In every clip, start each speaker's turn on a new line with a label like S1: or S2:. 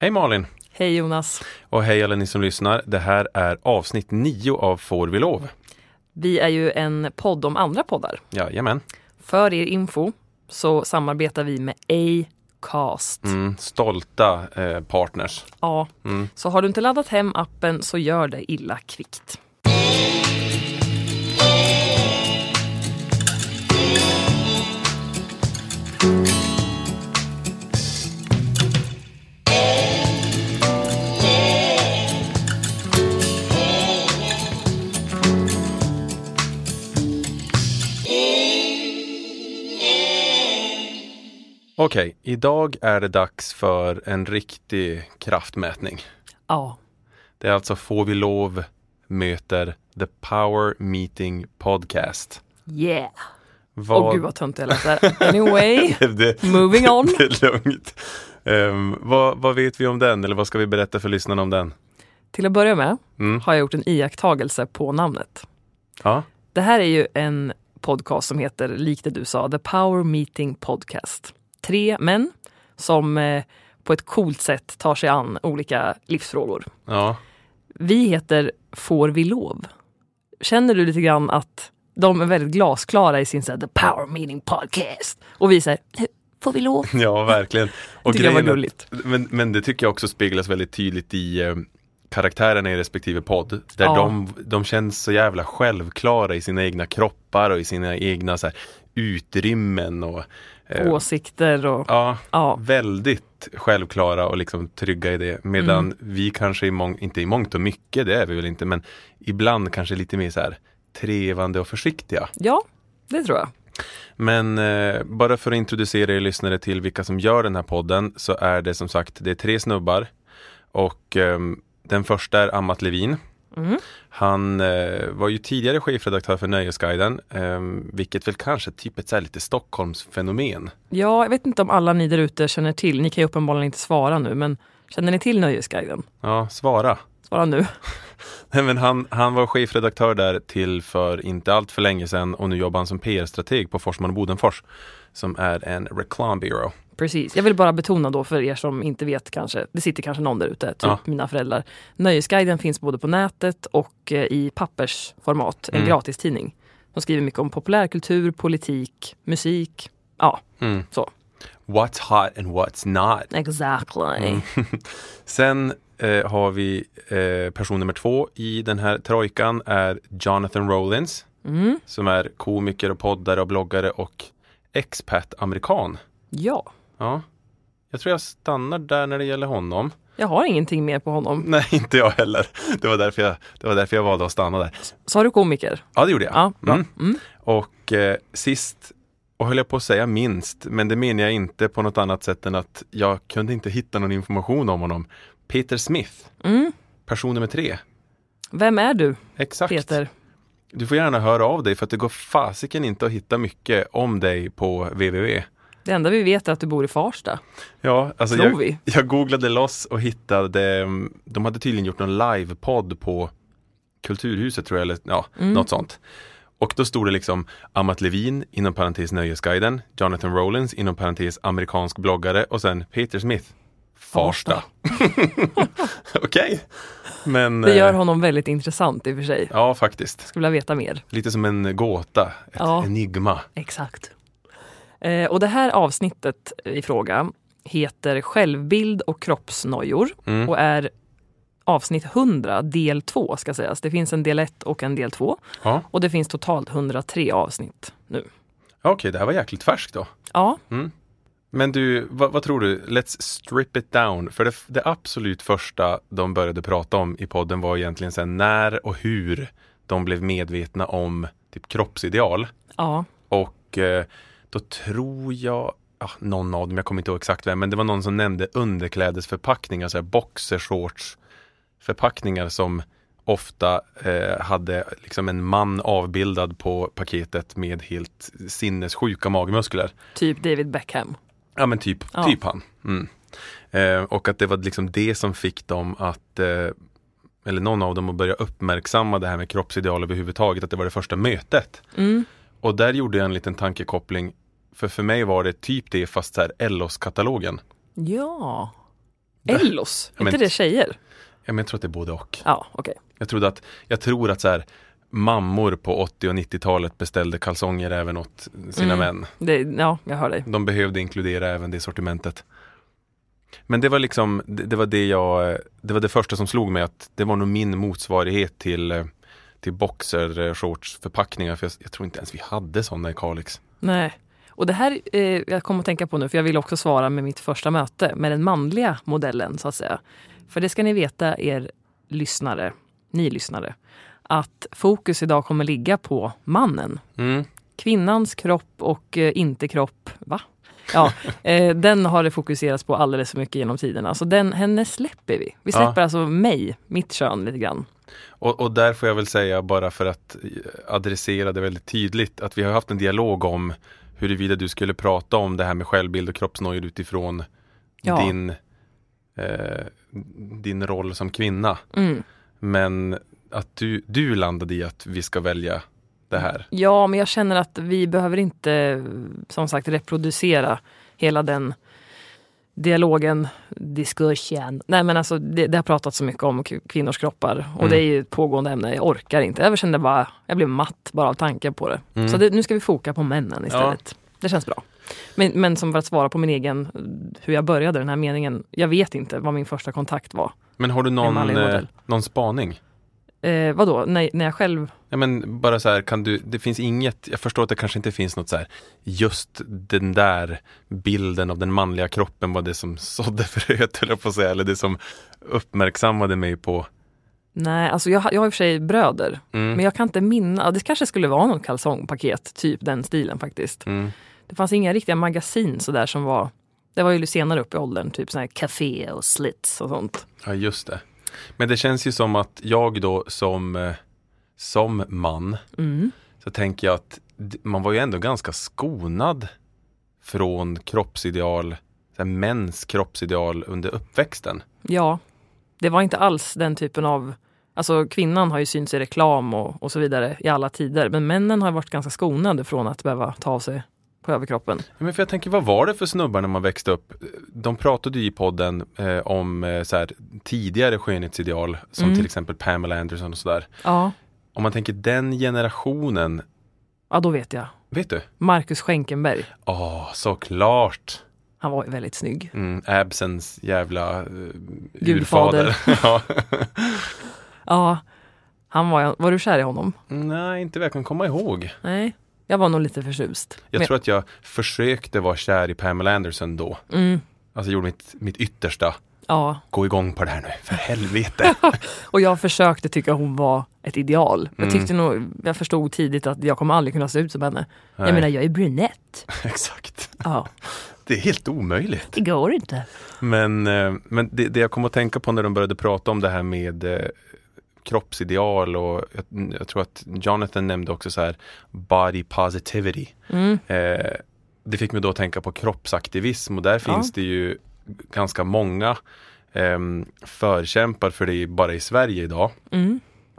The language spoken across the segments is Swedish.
S1: Hej Malin!
S2: Hej Jonas!
S1: Och hej alla ni som lyssnar. Det här är avsnitt 9 av Får vi lov?
S2: Vi är ju en podd om andra poddar.
S1: Jajamän.
S2: För er info så samarbetar vi med Acast.
S1: Mm, stolta eh, partners.
S2: Ja, så har du inte laddat hem appen så gör det illa kvickt.
S1: Okej, idag är det dags för en riktig kraftmätning.
S2: Ja,
S1: Det är alltså Får vi lov möter The Power Meeting Podcast.
S2: yeah!
S1: Vad...
S2: Åh gud vad töntig jag lät där. Anyway,
S1: det,
S2: moving on.
S1: det är lugnt. Ehm, vad, vad vet vi om den eller vad ska vi berätta för lyssnarna om den?
S2: Till att börja med
S1: Mm.
S2: har jag gjort en iakttagelse på namnet.
S1: Ja,
S2: Det här är ju en podcast som heter, likt det du sa, The Power Meeting Podcast. Tre män som eh, på ett coolt sätt tar sig an olika livsfrågor.
S1: ja.
S2: Vi heter Får vi lov? Känner du lite grann att de är väldigt glasklara i sin så här, The Power Meeting Podcast? Och vi säger, får vi lov?
S1: Ja, verkligen. Och
S2: Tycker jag var
S1: grejen är-
S2: gulligt.
S1: Men, men det tycker jag också speglas väldigt tydligt i eh, karaktärerna i respektive podd. Där
S2: Ja.
S1: de, de känns så jävla självklara i sina egna kroppar och i sina egna så här, utrymmen. Och, eh,
S2: Åsikter och...
S1: ja,
S2: Ja.
S1: väldigt självklara och liksom trygga i det. Medan vi kanske, i mång, inte i mångt och mycket, det är vi väl inte, men ibland kanske lite mer så här trevande och försiktiga.
S2: ja, det tror jag.
S1: Men eh, bara för att introducera er lyssnare till vilka som gör den här podden så är det som sagt det är tre snubbar och ehm, den första är Amat Levin.
S2: Mm.
S1: Han eh, var ju tidigare chefredaktör för Nöjesguiden, ehm, vilket väl kanske är typ ett så här lite Stockholmsfenomen.
S2: Ja, jag vet inte om alla ni där ute känner till, ni kan ju uppenbarligen inte svara nu, men känner ni till Nöjesguiden?
S1: Ja, svara.
S2: Svara nu.
S1: Nej, men han, han var chefredaktör där till för inte allt för länge sedan och nu jobbar han som PR-strateg på Forsman och Bodenfors som är en reklambyrå.
S2: Precis. Jag vill bara betona då för er som inte vet kanske, det sitter kanske någon där ute, typ
S1: Ja.
S2: mina föräldrar. Nöjesguiden finns både på nätet och eh, i pappersformat, en
S1: Mm.
S2: gratistidning. De skriver mycket om populärkultur, politik, musik. Ja,
S1: Mm.
S2: så.
S1: What's hot and what's not?
S2: Exactly.
S1: Mm. Sen eh, har vi eh, person nummer två i den här trojkan är Jonathan Rollins
S2: Mm.
S1: som är komiker och poddare och bloggare och expat-amerikan.
S2: Ja,
S1: Ja. Jag tror jag stannar där när det gäller honom.
S2: jag har ingenting mer på honom.
S1: Nej, inte jag heller. Det var därför jag, det var därför jag valde att stanna där.
S2: Sa du komiker?
S1: Ja, det gjorde jag.
S2: Ja, bra.
S1: Mm.
S2: Mm.
S1: Och eh, sist, och höll jag på att säga minst, men det menar jag inte på något annat sätt än att jag kunde inte hitta någon information om honom. Peter Smith,
S2: Mm.
S1: person nummer tre.
S2: Vem är du,
S1: Exakt.
S2: Peter?
S1: Du får gärna höra av dig för att det går fasiken inte att hitta mycket om dig på www.
S2: Det enda vi vet är att du bor i Farsta.
S1: Ja, alltså
S2: Tror
S1: jag,
S2: vi.
S1: jag googlade loss och hittade, mm, de hade tydligen gjort någon livepodd på Kulturhuset tror jag, eller ja,
S2: Mm.
S1: något sånt. Och då stod det liksom Amat Levin inom parentes Nöjesguiden, Jonathan Rollins inom parentes amerikansk bloggare och sen Peter Smith, Farsta. Okej, men
S2: Det gör
S1: eh,
S2: honom väldigt intressant i och för sig.
S1: ja faktiskt,
S2: Skulle vilja veta mer.
S1: lite som en gåta, ett
S2: Ja.
S1: enigma.
S2: Exakt. Eh, och det här avsnittet i fråga heter Självbild och kroppsnojor
S1: Mm.
S2: och är avsnitt 100 del 2 ska sägas. Det finns en del 1 och en del 2
S1: Ja.
S2: och det finns totalt 103 avsnitt nu.
S1: Ja, Okej, det här var jäkligt färskt då.
S2: Ja,
S1: Men du, vad, vad tror du? Let's strip it down. För det, det absolut första de började prata om i podden var egentligen sen när och hur de blev medvetna om typ kroppsideal.
S2: ja,
S1: Och eh, då tror jag, ah, någon av dem, jag kommer inte ihåg exakt vem, men det var någon som nämnde underklädesförpackningar, så här boxershorts förpackningar som ofta eh, hade liksom en man avbildad på paketet med helt sinnessjuka magmuskler.
S2: typ David Beckham.
S1: Ja men typ,
S2: Ja.
S1: typ han. Mm. Eh, och att det var liksom det som fick dem att, eh, eller någon av dem att börja uppmärksamma det här med kroppsideal överhuvudtaget, att det var det första mötet. Och där gjorde jag en liten tankekoppling, för för mig var det typ det fast så här Ellos-katalogen.
S2: Ja. Ellos,
S1: Ja,
S2: inte
S1: men-
S2: det tjejer?
S1: Ja, men jag tror att det är både och.
S2: Ja, okej.
S1: Jag, trodde att, jag tror att så här, mammor på 80 och 90-talet beställde kalsonger även åt sina män.
S2: Det- Ja, jag hör dig.
S1: De behövde inkludera även det sortimentet. Men det var liksom, det, det var det jag, det var det första som slog mig att det var nog min motsvarighet till, eh, till boxershortsförpackningar. För jag, jag tror inte ens vi hade sådana i Kalix.
S2: Nej. Och det här eh, jag kommer att tänka på nu, för jag vill också svara med mitt första möte med den manliga modellen så att säga. För det ska ni veta er lyssnare, ni lyssnare, att fokus idag kommer ligga på mannen. Kvinnans kropp och eh, inte kropp, va? Ja, eh, den har det fokuserats på alldeles för mycket genom tiderna. Så den, henne släpper vi. Vi släpper alltså mig, mitt kön lite grann.
S1: Och, och där får jag väl säga, bara för att eh, adressera det väldigt tydligt, att vi har haft en dialog om huruvida du skulle prata om det här med självbild och kroppsnojor utifrån
S2: Ja.
S1: din, eh, din roll som kvinna.
S2: Mm.
S1: Men att du, du landade i att vi ska välja det här.
S2: Ja, men jag känner att vi behöver inte som sagt reproducera hela den dialogen, diskursen. Nej men alltså det, det har pratats så mycket om k- kvinnors kroppar och det är ju ett pågående ämne. Jag orkar inte. Jag kände bara, jag blev matt bara av tanken på det. Så det, nu ska vi foka på männen istället. Det känns bra. Men, men som för att svara på min egen, hur jag började den här meningen. Jag vet inte vad min första kontakt var.
S1: Men har du någon,
S2: manlig
S1: eh,
S2: modell.
S1: någon spaning?
S2: Eh, vadå, när, när jag själv
S1: Ja, men bara så här, kan du, det finns inget, jag förstår att det kanske inte finns något så här, just den där bilden av den manliga kroppen var det som sådde fröet, höll jag på att säga, eller det som uppmärksammade mig på,
S2: Nej, alltså jag, har- jag har i och för sig bröder. Men jag kan inte minna. Det kanske skulle vara något kalsongpaket, typ den stilen faktiskt. Det fanns inga riktiga magasin sådär som var... Det var ju senare upp i åldern, typ sådana här café och slits och sånt.
S1: ja just det. Men det känns ju som att jag då som, eh, som man, så tänker jag att d- man var ju ändå ganska skonad från kroppsideal, så här, mäns kroppsideal under uppväxten.
S2: Ja, det var inte alls den typen av... Alltså kvinnan har ju synts i reklam och, och så vidare i alla tider. Men männen har varit ganska skonade från att behöva ta av sig på överkroppen.
S1: Ja, Men för jag tänker, vad var det för snubbar när man växte upp? De pratade ju i podden eh, om eh, så här, tidigare skönhetsideal som
S2: Mm.
S1: till exempel Pamela Anderson och sådär.
S2: Ja,
S1: Om man tänker den generationen,
S2: ja då vet jag.
S1: vet du?
S2: Marcus Schenkenberg,
S1: Ja, såklart!
S2: han var ju väldigt snygg.
S1: Mm, Absens jävla eh,
S2: Gudfader.
S1: urfader. ja.
S2: Ja, han var, var du kär i honom?
S1: Nej, inte vad jag kan komma ihåg.
S2: Nej, jag var nog lite förtjust.
S1: Jag
S2: Men-
S1: tror att jag försökte vara kär i Pamela Anderson då. Alltså jag gjorde mitt, mitt yttersta.
S2: Mm, Ja,
S1: Gå igång på det här nu, för helvete!
S2: och jag försökte tycka hon var ett ideal. Jag tyckte nog, jag förstod tidigt att jag kommer aldrig kunna se ut som henne. Jag menar, jag är brunett.
S1: Exakt.
S2: Ja,
S1: Det är helt omöjligt.
S2: det går inte.
S1: Men, eh, men det, det jag kom att tänka på när de började prata om det här med eh, kroppsideal och jag, jag tror att Jonathan nämnde också så här body positivity.
S2: Mm,
S1: Eh, det fick mig då att tänka på kroppsaktivism och där finns det ju ganska många eh, förkämpar för det bara i Sverige idag.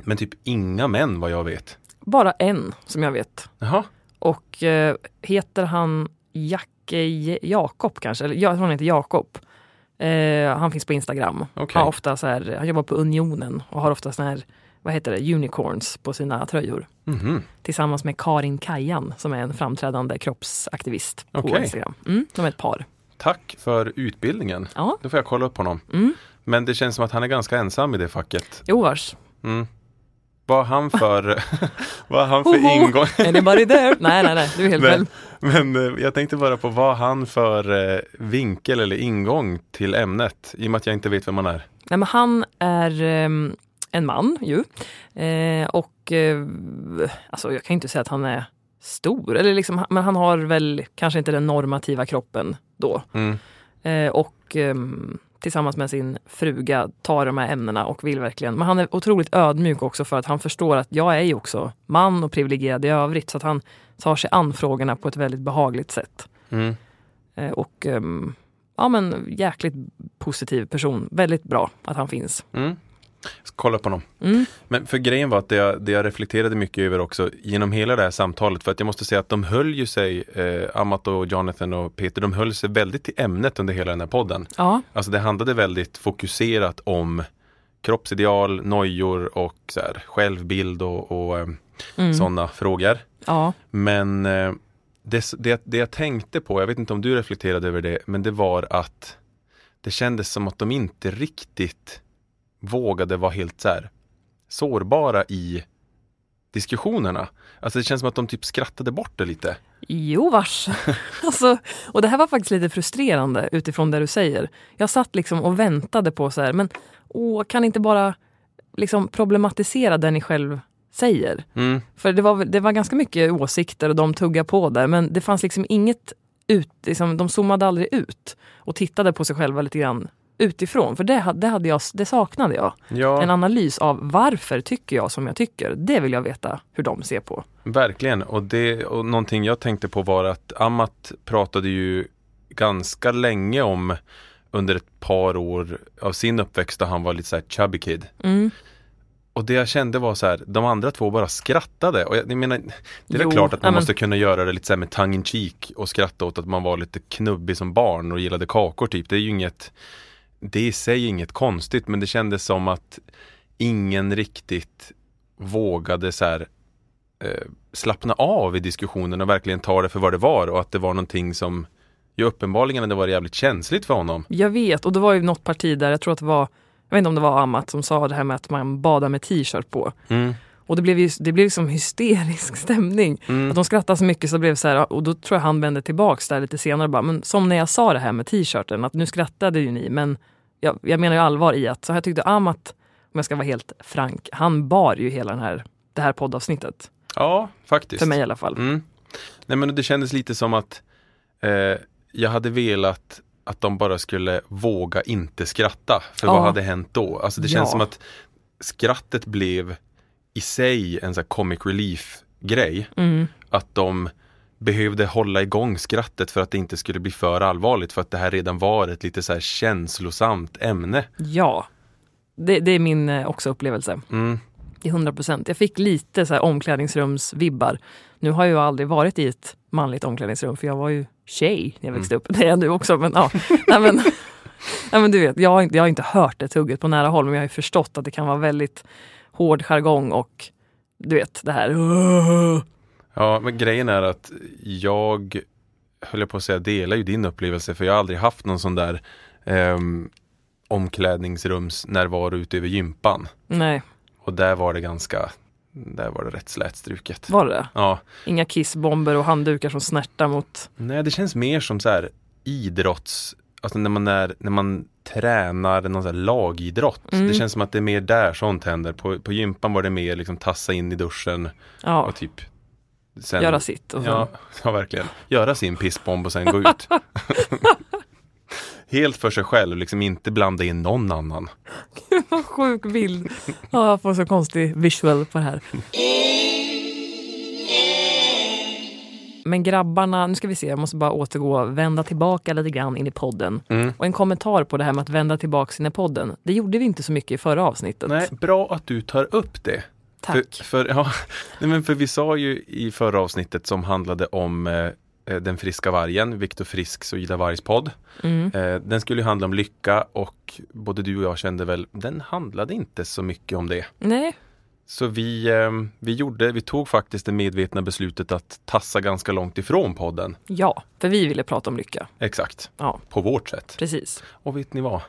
S1: Men typ inga män vad jag vet.
S2: mm. Bara en som jag vet.
S1: Jaha,
S2: Och eh, heter han Jacke J- Jakob kanske? Eller, jag tror han heter Jakob. Eh, han finns på Instagram.
S1: Okej.
S2: Han, har ofta så här, han jobbar på Unionen och har ofta såna här vad heter det, unicorns på sina tröjor.
S1: Mhm.
S2: Tillsammans med Karin Kajan som är en framträdande kroppsaktivist på
S1: Okej.
S2: Instagram. Mm, de är ett par.
S1: Tack för utbildningen.
S2: Ja,
S1: Då får jag kolla upp honom.
S2: Mm.
S1: Men det känns som att han är ganska ensam i det facket.
S2: jo vars.
S1: Mm. Vad har han för, vad har han för
S2: Hoho.
S1: ingång?
S2: Anybody there? nej, nej, nej, du är helt
S1: Men,
S2: själv.
S1: men eh, jag tänkte bara på vad har han för eh, vinkel eller ingång till ämnet i och med att jag inte vet vem han är.
S2: Nej, men han är ehm, en man ju. Eh, och eh, alltså, jag kan inte säga att han är stor, eller liksom, han- men han har väl kanske inte den normativa kroppen då.
S1: Mm.
S2: Eh, och ehm, tillsammans med sin fruga tar de här ämnena och vill verkligen. Men han är otroligt ödmjuk också för att han förstår att jag är ju också man och privilegierad i övrigt. Så att han tar sig an frågorna på ett väldigt behagligt sätt.
S1: Mm.
S2: Eh, och ehm, ja men jäkligt positiv person. Väldigt bra att han finns.
S1: Mm. Ska kolla på honom.
S2: Mm.
S1: Men för grejen var att det jag, det jag reflekterade mycket över också genom hela det här samtalet, för att jag måste säga att de höll ju sig, eh, Amat och Jonathan och Peter, de höll sig väldigt till ämnet under hela den här podden.
S2: Ja,
S1: Alltså det handlade väldigt fokuserat om kroppsideal, nojor och så här, självbild och, och eh,
S2: mm.
S1: sådana frågor.
S2: ja.
S1: Men eh, det, s- det, det jag tänkte på, jag vet inte om du reflekterade över det, men det var att det kändes som att de inte riktigt vågade vara helt så här sårbara i diskussionerna. Alltså det känns som att de typ skrattade bort det lite.
S2: Jo vars. alltså, och det här var faktiskt lite frustrerande utifrån det du säger. Jag satt liksom och väntade på så här, men åh, kan ni inte bara liksom problematisera det ni själv säger?
S1: Mm.
S2: För det var, väl- det var ganska mycket åsikter och de tuggade på där, men det fanns liksom inget ut, liksom, de zoomade aldrig ut och tittade på sig själva lite grann utifrån. För det, ha- det, hade jag, det saknade jag. En
S1: Ja,
S2: analys av varför tycker jag som jag tycker. Det vill jag veta hur de ser på.
S1: verkligen. Och, det, och någonting jag tänkte på var att Amat pratade ju ganska länge om under ett par år av sin uppväxt då han var lite så här chubby kid.
S2: Mm.
S1: Och det jag kände var så här, de andra två bara skrattade. Och jag, jag menar, det är
S2: Jo,
S1: väl klart att man
S2: ja, men-
S1: måste kunna göra det lite så här med tongue in cheek och skratta åt att man var lite knubbig som barn och gillade kakor typ. Det är ju inget, det är i sig inget konstigt men det kändes som att ingen riktigt vågade så här eh, slappna av i diskussionen och verkligen ta det för vad det var och att det var någonting som ju uppenbarligen hade varit jävligt känsligt för honom.
S2: Jag vet, och det var ju något parti där, jag tror att det var, jag vet inte om det var Amat som sa det här med att man badar med t-shirt på. Och det blev ju det blev liksom hysterisk stämning. Att de skrattade så mycket så det blev så här, och då tror jag han vände tillbaks där lite senare och bara, men som när jag sa det här med t-shirten, att nu skrattade ju ni, men jag, jag menar ju allvar i att, så här tyckte Amat, om jag ska vara helt frank, han bar ju hela den här, det här poddavsnittet.
S1: Ja, faktiskt.
S2: För mig i alla fall.
S1: Mm. Nej men det kändes lite som att eh, jag hade velat att de bara skulle våga inte skratta. För
S2: Ja.
S1: vad hade hänt då? Alltså det känns
S2: Ja.
S1: som att skrattet blev i sig en sån här comic relief grej.
S2: Mm.
S1: Att de behövde hålla igång skrattet för att det inte skulle bli för allvarligt för att det här redan var ett lite så här känslosamt ämne.
S2: Ja, det, det är min eh, också upplevelse.
S1: Mm.
S2: i 100 procent. Jag fick lite så här omklädningsrumsvibbar. Nu har jag aldrig varit i ett manligt omklädningsrum för jag var ju tjej
S1: Mm.
S2: när jag växte upp. Det är jag nu också. Men, ja. Nej, men, nej, men du vet, jag har, inte, jag har inte hört det tugget på nära håll men jag har ju förstått att det kan vara väldigt hård jargong och du vet det här.
S1: Ja, men grejen är att jag höll jag på att säga delar ju din upplevelse för jag har aldrig haft någon sån där um, omklädningsrumsnärvaro ute över gympan.
S2: Nej,
S1: Och där var det ganska, där var det rätt slätstruket.
S2: var det det?
S1: Ja,
S2: Inga kissbomber och handdukar som snärtar mot...
S1: nej det känns mer som så här idrotts, alltså när man, är, när man tränar någon så här lagidrott.
S2: Mm.
S1: Det känns som att det är mer där sånt händer. På, på gympan var det mer liksom tassa in i duschen
S2: Ja,
S1: och typ sen,
S2: göra sitt. Och sen,
S1: Ja, ja, verkligen. Göra sin pissbomb och sen gå ut. Helt för sig själv, liksom inte blanda in någon annan.
S2: Vad sjuk bild. Ja, jag får så konstig visual på det här. Men grabbarna, nu ska vi se, jag måste bara återgå, vända tillbaka lite grann in i podden. Och en kommentar på det här med att vända tillbaka in i podden. Det gjorde vi inte så mycket i förra avsnittet.
S1: Nej, bra att du tar upp det.
S2: Tack.
S1: För, för, ja, nej men för vi sa ju i förra avsnittet som handlade om eh, eh, Den friska vargen, Viktor Frisks och Ida Vargs podd.
S2: Mm.
S1: Eh, den skulle ju handla om lycka och både du och jag kände väl, den handlade inte så mycket om det.
S2: Nej,
S1: Så vi, eh, vi, gjorde, vi tog faktiskt det medvetna beslutet att tassa ganska långt ifrån podden.
S2: Ja, för vi ville prata om lycka.
S1: Exakt,
S2: Ja,
S1: på vårt sätt.
S2: precis.
S1: Och vet ni vad?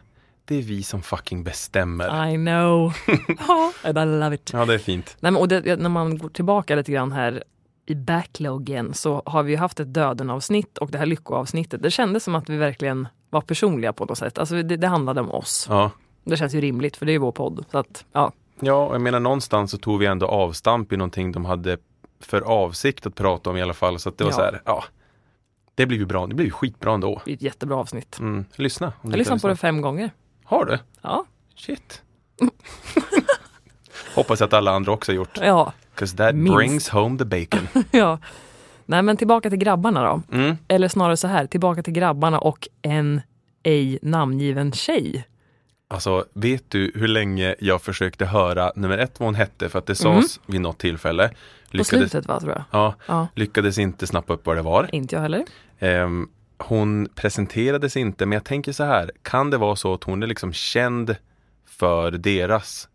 S1: Det är vi som fucking bestämmer.
S2: I know. Ja, I love it.
S1: Ja, det är fint.
S2: Nej, men, och det, när man går tillbaka lite grann här i backloggen så har vi ju haft ett döden-avsnitt och det här lyckoavsnittet. Det kändes som att vi verkligen var personliga på något sätt. Alltså det, det handlade om oss.
S1: Ja.
S2: Det känns ju rimligt för det är ju vår podd. Så att, ja,
S1: Ja, och jag menar någonstans så tog vi ändå avstamp i någonting de hade för avsikt att prata om i alla fall. Så att det var
S2: Ja.
S1: så här, ja. Det blev ju bra, det blev ju skitbra ändå.
S2: det är ett jättebra avsnitt.
S1: Mm. Lyssna. Om
S2: Jag
S1: inte har
S2: lyssnade på det fem gånger.
S1: Har du?
S2: Ja,
S1: Shit. Hoppas att alla andra också har gjort.
S2: ja,
S1: Cause that
S2: Minst.
S1: brings home the bacon.
S2: ja. Nej men tillbaka till grabbarna då.
S1: Mm.
S2: Eller snarare så här, tillbaka till grabbarna och en ej namngiven tjej.
S1: Alltså, vet du hur länge jag försökte höra nummer ett vad hon hette? För att det sades vid något tillfälle.
S2: Mhm. På slutet va, tror jag.
S1: ja,
S2: Ja,
S1: lyckades inte snappa upp vad det var.
S2: inte jag heller.
S1: Ehm, hon presenterades inte, men jag tänker så här. Kan det vara så att hon är liksom känd för deras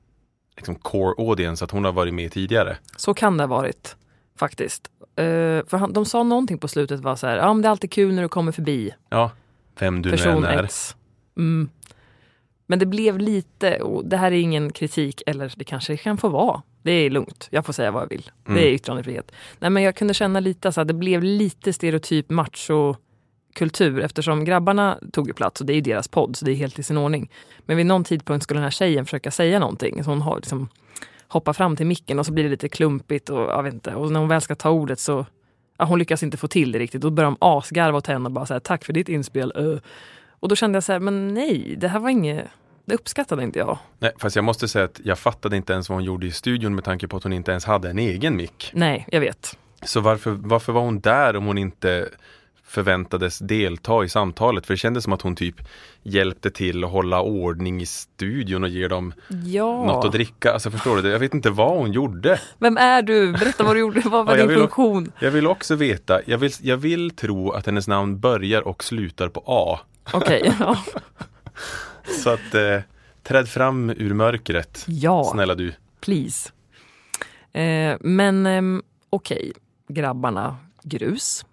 S1: liksom core audience, att hon har varit med tidigare?
S2: Så kan det ha varit faktiskt. Eh, för han, de sa någonting på slutet var så här, ja men det är alltid kul när du kommer förbi
S1: Ja, vem du nu än
S2: person
S1: är.
S2: X. Mm. Men det blev lite, och det här är ingen kritik, eller det kanske det kan få vara. Det är lugnt, jag får säga vad jag vill.
S1: Mm.
S2: Det är yttrandefrihet. Nej men jag kunde känna lite så här, det blev lite stereotyp macho kultur eftersom grabbarna tog ju plats och det är ju deras podd så det är helt i sin ordning. Men vid någon tidpunkt skulle den här tjejen försöka säga någonting så hon har liksom hoppar fram till micken och så blir det lite klumpigt och jag vet inte. Och när hon väl ska ta ordet så ja, hon lyckas inte få till det riktigt. Då börjar de asgarva åt henne och bara säga tack för ditt inspel. ö." Och då kände jag så här, men nej, det här var inget, det uppskattade inte jag.
S1: Nej, fast jag måste säga att jag fattade inte ens vad hon gjorde i studion med tanke på att hon inte ens hade en egen mick.
S2: Nej, jag vet.
S1: Så varför, varför var hon där om hon inte förväntades delta i samtalet? För det kändes som att hon typ hjälpte till att hålla ordning i studion och ge dem något
S2: Ja,
S1: att dricka. Alltså förstår du? det? Jag vet inte vad hon gjorde.
S2: vem är du? Berätta vad du gjorde, vad var
S1: Ja, jag
S2: din
S1: vill-
S2: funktion?
S1: Jag vill också veta, jag vill, jag vill tro att hennes namn börjar och slutar på A.
S2: Okej, ja.
S1: Så att eh, träd fram ur mörkret,
S2: ja.
S1: snälla du.
S2: Please. Eh, men ehm, okej, grabbarna grus.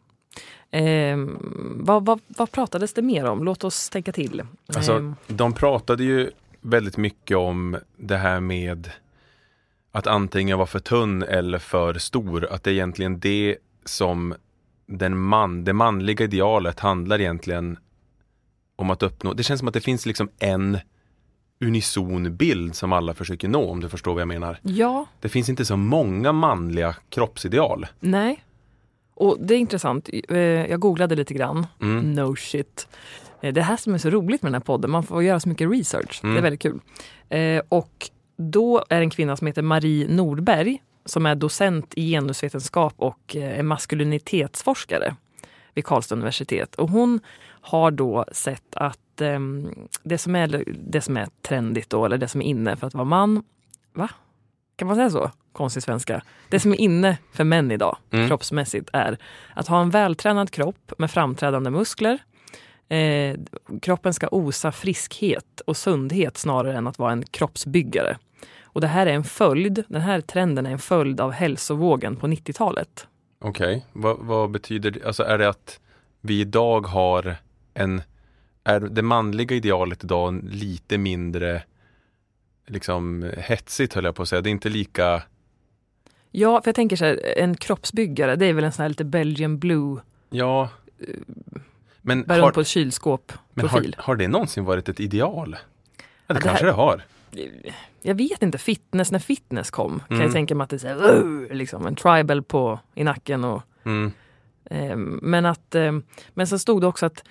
S2: Ehm, vad, vad, vad pratades det mer om? Låt oss tänka till.
S1: Alltså,
S2: Ehm,
S1: de pratade ju väldigt mycket om det här med att antingen vara för tunn eller för stor. Att det är egentligen det som den man, det manliga idealet handlar egentligen om att uppnå. Det känns som att det finns liksom en unison bild som alla försöker nå om du förstår vad jag menar.
S2: ja,
S1: Det finns inte så många manliga kroppsideal.
S2: nej. Och det är intressant. Eh, jag googlade lite grann.
S1: Mm.
S2: No shit. Eh, det här som är så roligt med den här podden, man får göra så mycket research. Det är väldigt kul. Eh, och då är det en kvinna som heter Marie Nordberg som är docent i genusvetenskap och eh, en maskulinitetsforskare vid Karlstad universitet. Och hon har då sett att ehm, det, som är, det som är trendigt då, eller det som är inne för att vara man, va? Kan man säga så? Konstig svenska. Det som är inne för män idag,
S1: Mm.
S2: kroppsmässigt, är att ha en vältränad kropp med framträdande muskler. Eh, kroppen ska osa friskhet och sundhet snarare än att vara en kroppsbyggare. Och det här är en följd, den här trenden är en följd av hälsovågen på 90-talet.
S1: Okej, vad, vad betyder det? Alltså är det att vi idag har en, är det manliga idealet idag lite mindre liksom hetsigt höll jag på att säga. Det är inte lika,
S2: Ja, för jag tänker så här, en kroppsbyggare, det är väl en sån här lite Belgian blue,
S1: ja. Men,
S2: bär runt
S1: har,
S2: på ett kylskåp
S1: men har,
S2: profil.
S1: har det någonsin varit ett ideal? Ja, det,
S2: det
S1: kanske
S2: här-
S1: det har.
S2: Jag vet inte, fitness, när fitness kom kan
S1: Mm.
S2: jag tänka mig att det är så här, "Ugh", liksom, en tribal på, i nacken och
S1: Mm.
S2: Eh, Men, att, eh, men sen stod det också att,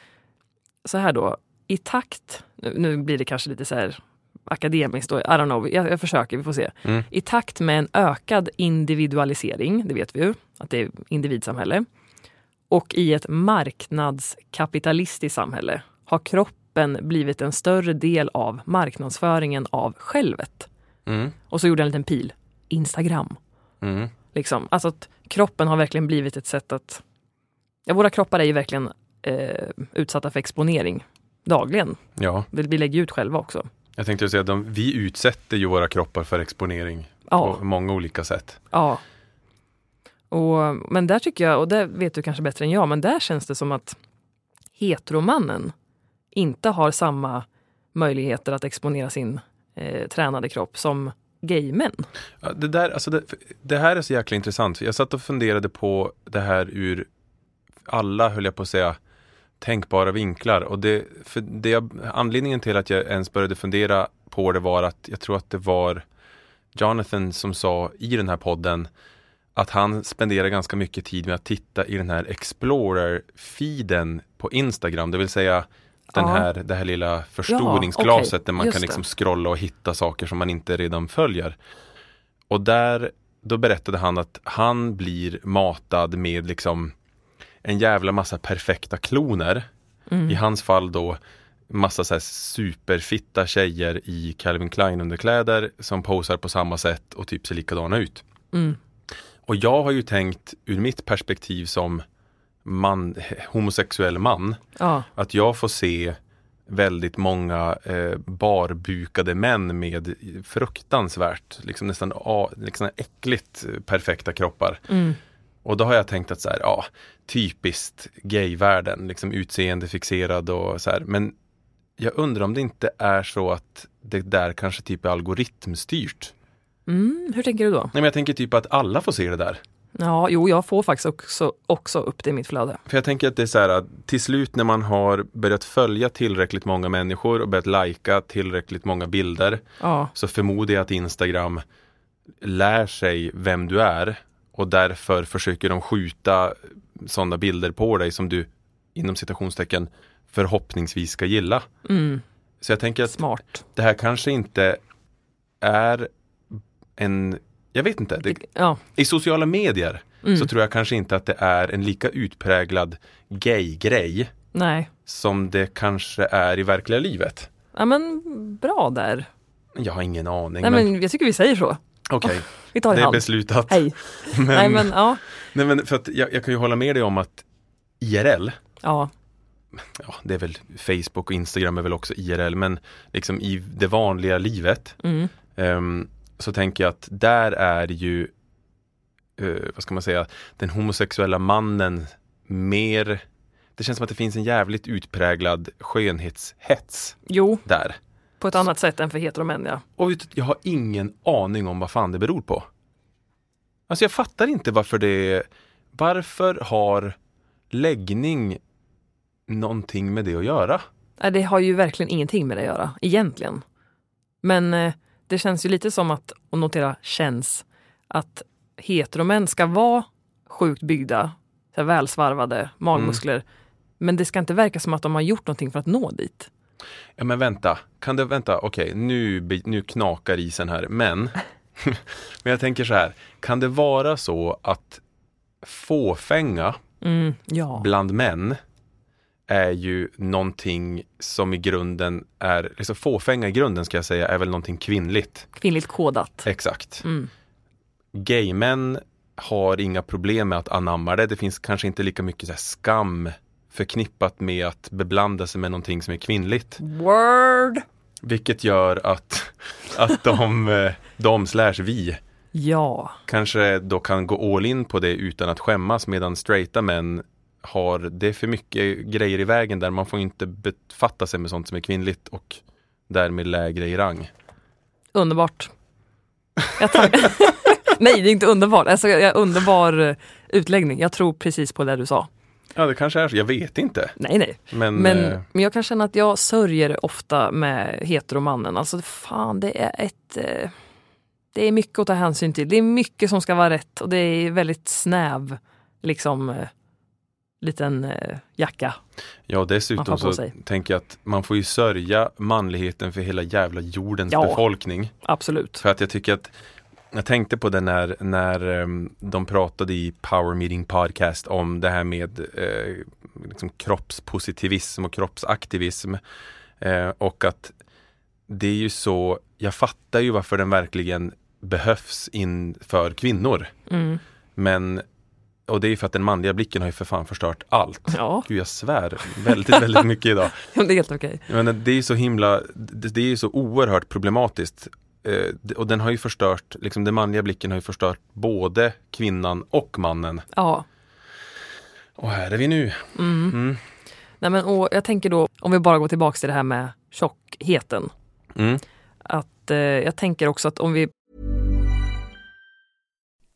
S2: så här då, i takt, nu, nu blir det kanske lite så här akademiskt, då, I don't know, jag, jag försöker, vi får se.
S1: Mm.
S2: I takt med en ökad individualisering, det vet vi ju, att det är individsamhälle, och i ett marknadskapitalistiskt samhälle har kroppen blivit en större del av marknadsföringen av självet.
S1: Mm.
S2: Och så gjorde jag en liten pil, Instagram.
S1: Mm.
S2: Liksom. Alltså att kroppen har verkligen blivit ett sätt att... Ja, våra kroppar är ju verkligen eh, utsatta för exponering dagligen.
S1: Ja,
S2: Vi, vi lägger ju ut själva också.
S1: jag tänkte säga att de, vi utsätter ju våra kroppar för exponering
S2: Ja.
S1: på många olika sätt.
S2: Ja. Och, men där tycker jag, och det vet du kanske bättre än jag, men där känns det som att heteromannen inte har samma möjligheter att exponera sin eh, tränade kropp som gaymän.
S1: Ja, Det, där, alltså det, det här är så jäkla intressant. Jag satt och funderade på det här ur alla, höll jag på att säga, tänkbara vinklar. Och det, för det jag, anledningen till att jag ens började fundera på det var att jag tror att det var Jonathan som sa i den här podden att han spenderar ganska mycket tid med att titta i den här Explorer-feeden på Instagram, det vill säga den
S2: Ja.
S1: här, det här lilla förstoringsglaset
S2: okej,
S1: där man
S2: just
S1: kan
S2: det.
S1: liksom scrolla och hitta saker som man inte redan följer. Och där, då berättade han att han blir matad med liksom en jävla massa perfekta kloner.
S2: Mm.
S1: I hans fall då massa så här superfitta tjejer i Calvin Klein underkläder som posar på samma sätt och typ ser likadana ut.
S2: Mm.
S1: Och jag har ju tänkt ur mitt perspektiv som man, homosexuell man
S2: Ja,
S1: att jag får se väldigt många eh, barbukade män med fruktansvärt, liksom nästan, a, liksom äckligt eh, perfekta kroppar. Och då har jag tänkt att så här, ja, typiskt gayvärlden, liksom utseendefixerad och så här. Men jag undrar om det inte är så att det där kanske typ är algoritmstyrt.
S2: Mm, hur tänker du då?
S1: Nej men jag tänker typ att alla får se det där.
S2: Ja, jo, jag får faktiskt också, också upp det i mitt flöde.
S1: För jag tänker att det är så här att till slut när man har börjat följa tillräckligt många människor och börjat lajka tillräckligt många bilder
S2: Ja,
S1: så förmodar jag att Instagram lär sig vem du är och därför försöker de skjuta sådana bilder på dig som du inom citationstecken förhoppningsvis ska gilla. Så jag tänker att
S2: smart.
S1: det här kanske inte är en, jag vet inte, det,
S2: Ja,
S1: i sociala medier
S2: Mm.
S1: så tror jag kanske inte att det är en lika utpräglad gay-grej
S2: nej.
S1: som det kanske är i verkliga livet.
S2: Ja, men bra där.
S1: Jag har ingen aning.
S2: Nej,
S1: men
S2: men jag tycker vi säger så.
S1: Okej,
S2: Vi tar i
S1: det är Mm.
S2: hand.
S1: beslutat.
S2: Hej.
S1: Men,
S2: Nej, men ja.
S1: nej, men för att jag, jag kan ju hålla med dig om att IRL,
S2: Ja,
S1: ja, det är väl Facebook och Instagram är väl också IRL, men liksom i det vanliga livet
S2: mm,
S1: ehm, så tänker jag att där är ju, eh, vad ska man säga, den homosexuella mannen mer, det känns som att det finns en jävligt utpräglad skönhetshets
S2: jo,
S1: där.
S2: på ett annat sätt än för heteromän, ja.
S1: Och vet du, jag har ingen aning om vad fan det beror på. Alltså jag fattar inte varför det Varför har läggning någonting med det att göra?
S2: Nej, det har ju verkligen ingenting med det att göra, egentligen. Men eh, det känns ju lite som att, och notera känns, att heteromän ska vara sjukt byggda, så här välsvarvade magmuskler.
S1: Mm.
S2: Men det ska inte verka som att de har gjort någonting för att nå dit.
S1: Ja men vänta, kan det, vänta, okej nu, bi- nu knakar isen här, men Men jag tänker så här, kan det vara så att fåfänga
S2: Ja.
S1: bland män är ju någonting som i grunden är, liksom fåfänga i grunden ska jag säga, är väl någonting kvinnligt.
S2: Kvinnligt kodat.
S1: Exakt. Gaymän har inga problem med att anamma det. Det finns kanske inte lika mycket så här skam förknippat med att beblanda sig med någonting som är kvinnligt.
S2: Word!
S1: Vilket gör att, att de, eh, de slash vi
S2: Ja.
S1: kanske då kan gå all in på det utan att skämmas medan straighta män har, det är för mycket grejer i vägen där man får inte befatta sig med sånt som är kvinnligt och därmed lägre i rang.
S2: Underbart. Jag tar- Nej, det är inte underbart. Alltså, jag, underbar eh, utläggning. Jag tror precis på det du sa.
S1: Ja det kanske är så, jag vet inte.
S2: Nej, nej.
S1: Men, eh,
S2: Men, men jag kan känna att jag sörjer ofta med heteromannen. Alltså fan, det är ett... eh, Det är mycket att ta hänsyn till. Det är mycket som ska vara rätt och det är väldigt snäv, liksom, eh, liten eh, jacka.
S1: Ja, och
S2: Man får
S1: dessutom
S2: på
S1: så
S2: sig.
S1: tänker jag att man får ju sörja manligheten för hela jävla jordens
S2: Ja.
S1: befolkning.
S2: Absolut.
S1: För att jag tycker att jag tänkte på det när, när ehm, de pratade i Power Meeting Podcast om det här med eh, liksom kroppspositivism och kroppsaktivism. Eh, och att det är ju så, jag fattar ju varför den verkligen behövs inför kvinnor.
S2: Mm.
S1: Men, och det är ju för att den manliga blicken har ju för fan förstört allt.
S2: Ja,
S1: Gud, jag svär väldigt, väldigt mycket idag.
S2: det är helt okej.
S1: Jag menar, det är ju så himla, det, det är ju så oerhört problematiskt eh, d- och den har ju förstört, liksom den manliga blicken har ju förstört både kvinnan och mannen.
S2: Ja.
S1: Och här är vi nu.
S2: Nej, men, och jag tänker då, om vi bara går tillbaka till det här med tjockheten.
S1: Mm.
S2: Att, eh, jag tänker också att om vi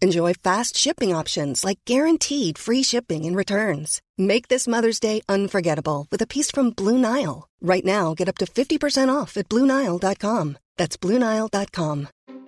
S3: Enjoy fast shipping options like guaranteed free shipping and returns. Make this Mother's Day unforgettable with a piece from Blue Nile. Right now, get up to 50% off at BlueNile.com. That's BlueNile.com.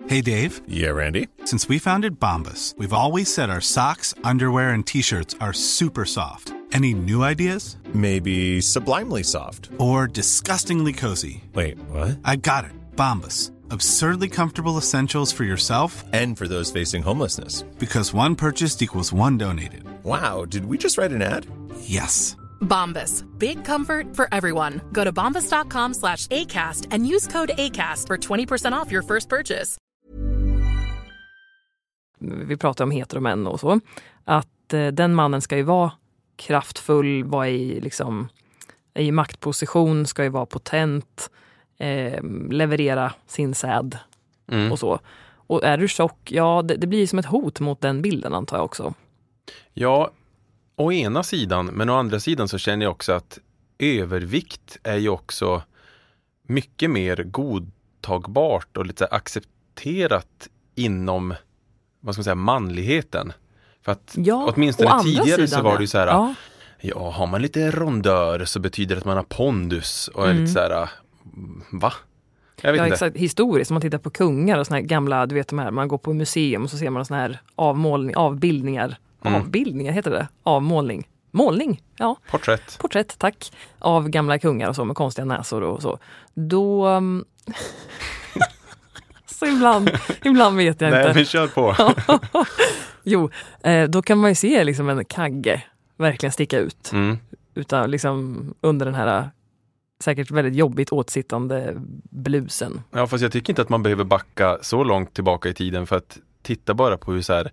S4: Hey Dave,
S5: Yeah, Randy.
S4: since we founded Bombus, we've always said our socks, underwear, and t shirts are super soft. Any new ideas?
S5: Maybe sublimely soft.
S4: Or disgustingly cozy?
S5: Wait, what?
S4: I got it, Bombus. Absurdly comfortable essentials for yourself
S5: And for those facing homelessness.
S4: because one purchased equals one donated.
S5: Wow, did we just write an ad?
S4: Yes.
S6: Bombas. Big comfort for everyone. Go to bombas.com slash ACAST and use code ACAST for 20% off your first purchase.
S2: vi pratar om heteromän och så, att eh, den mannen ska ju vara kraftfull, vara i, liksom, i maktposition, ska ju vara potent, eh, leverera sin säd
S1: Mm.
S2: och så. Och är du tjock, ja det, det blir som ett hot mot den bilden antar jag också.
S1: Ja, å ena sidan, men å andra sidan så känner jag också att övervikt är ju också mycket mer godtagbart och lite så här accepterat inom, vad ska man säga, manligheten. För att
S2: Ja, å
S1: åtminstone
S2: andra
S1: tidigare så
S2: sidan,
S1: var
S2: ja.
S1: det ju så här,
S2: Ja.
S1: ja. har man lite rondör så betyder det att man har pondus och är lite så här, va? Jag vet
S2: Mm. Ja,
S1: inte.
S2: exakt, historiskt, om man tittar på kungar och såna här gamla, du vet de här, man går på museum och så ser man såna här avmålning, avbildningar,
S1: Mm.
S2: avbildningar heter det, avmålning, målning, ja.
S1: Porträtt.
S2: porträtt, tack, av gamla kungar och så med konstiga näsor och så. Då... um, så ibland, ibland vet jag
S1: Nej,
S2: inte.
S1: men kör på.
S2: Jo, eh, då kan man ju se liksom en kagge verkligen sticka ut.
S1: Mm.
S2: Utan liksom under den här säkert väldigt jobbigt åtsittande blusen.
S1: Ja, fast jag tycker inte att man behöver backa så långt tillbaka i tiden för att titta bara på hur så här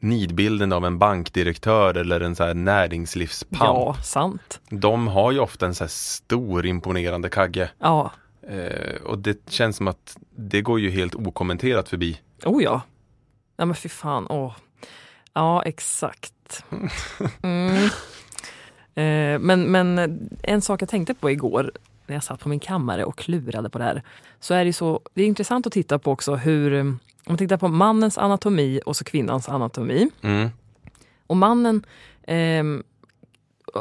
S1: nidbilden av en bankdirektör eller en så här näringslivspamp.
S2: Ja, sant.
S1: De har ju ofta en så här stor imponerande kagge
S2: Ja,
S1: eh, och det känns som att det går ju helt okommenterat förbi.
S2: oh ja. Ja men fy fan, åh. Ja, exakt. Mm. Eh, Men, men en sak jag tänkte på igår när jag satt på min kammare och klurade på det här. Så är det, ju så, det är intressant att titta på också hur, eh, om man tittar på mannens anatomi och så kvinnans anatomi.
S1: Mm.
S2: Och mannen, ehm,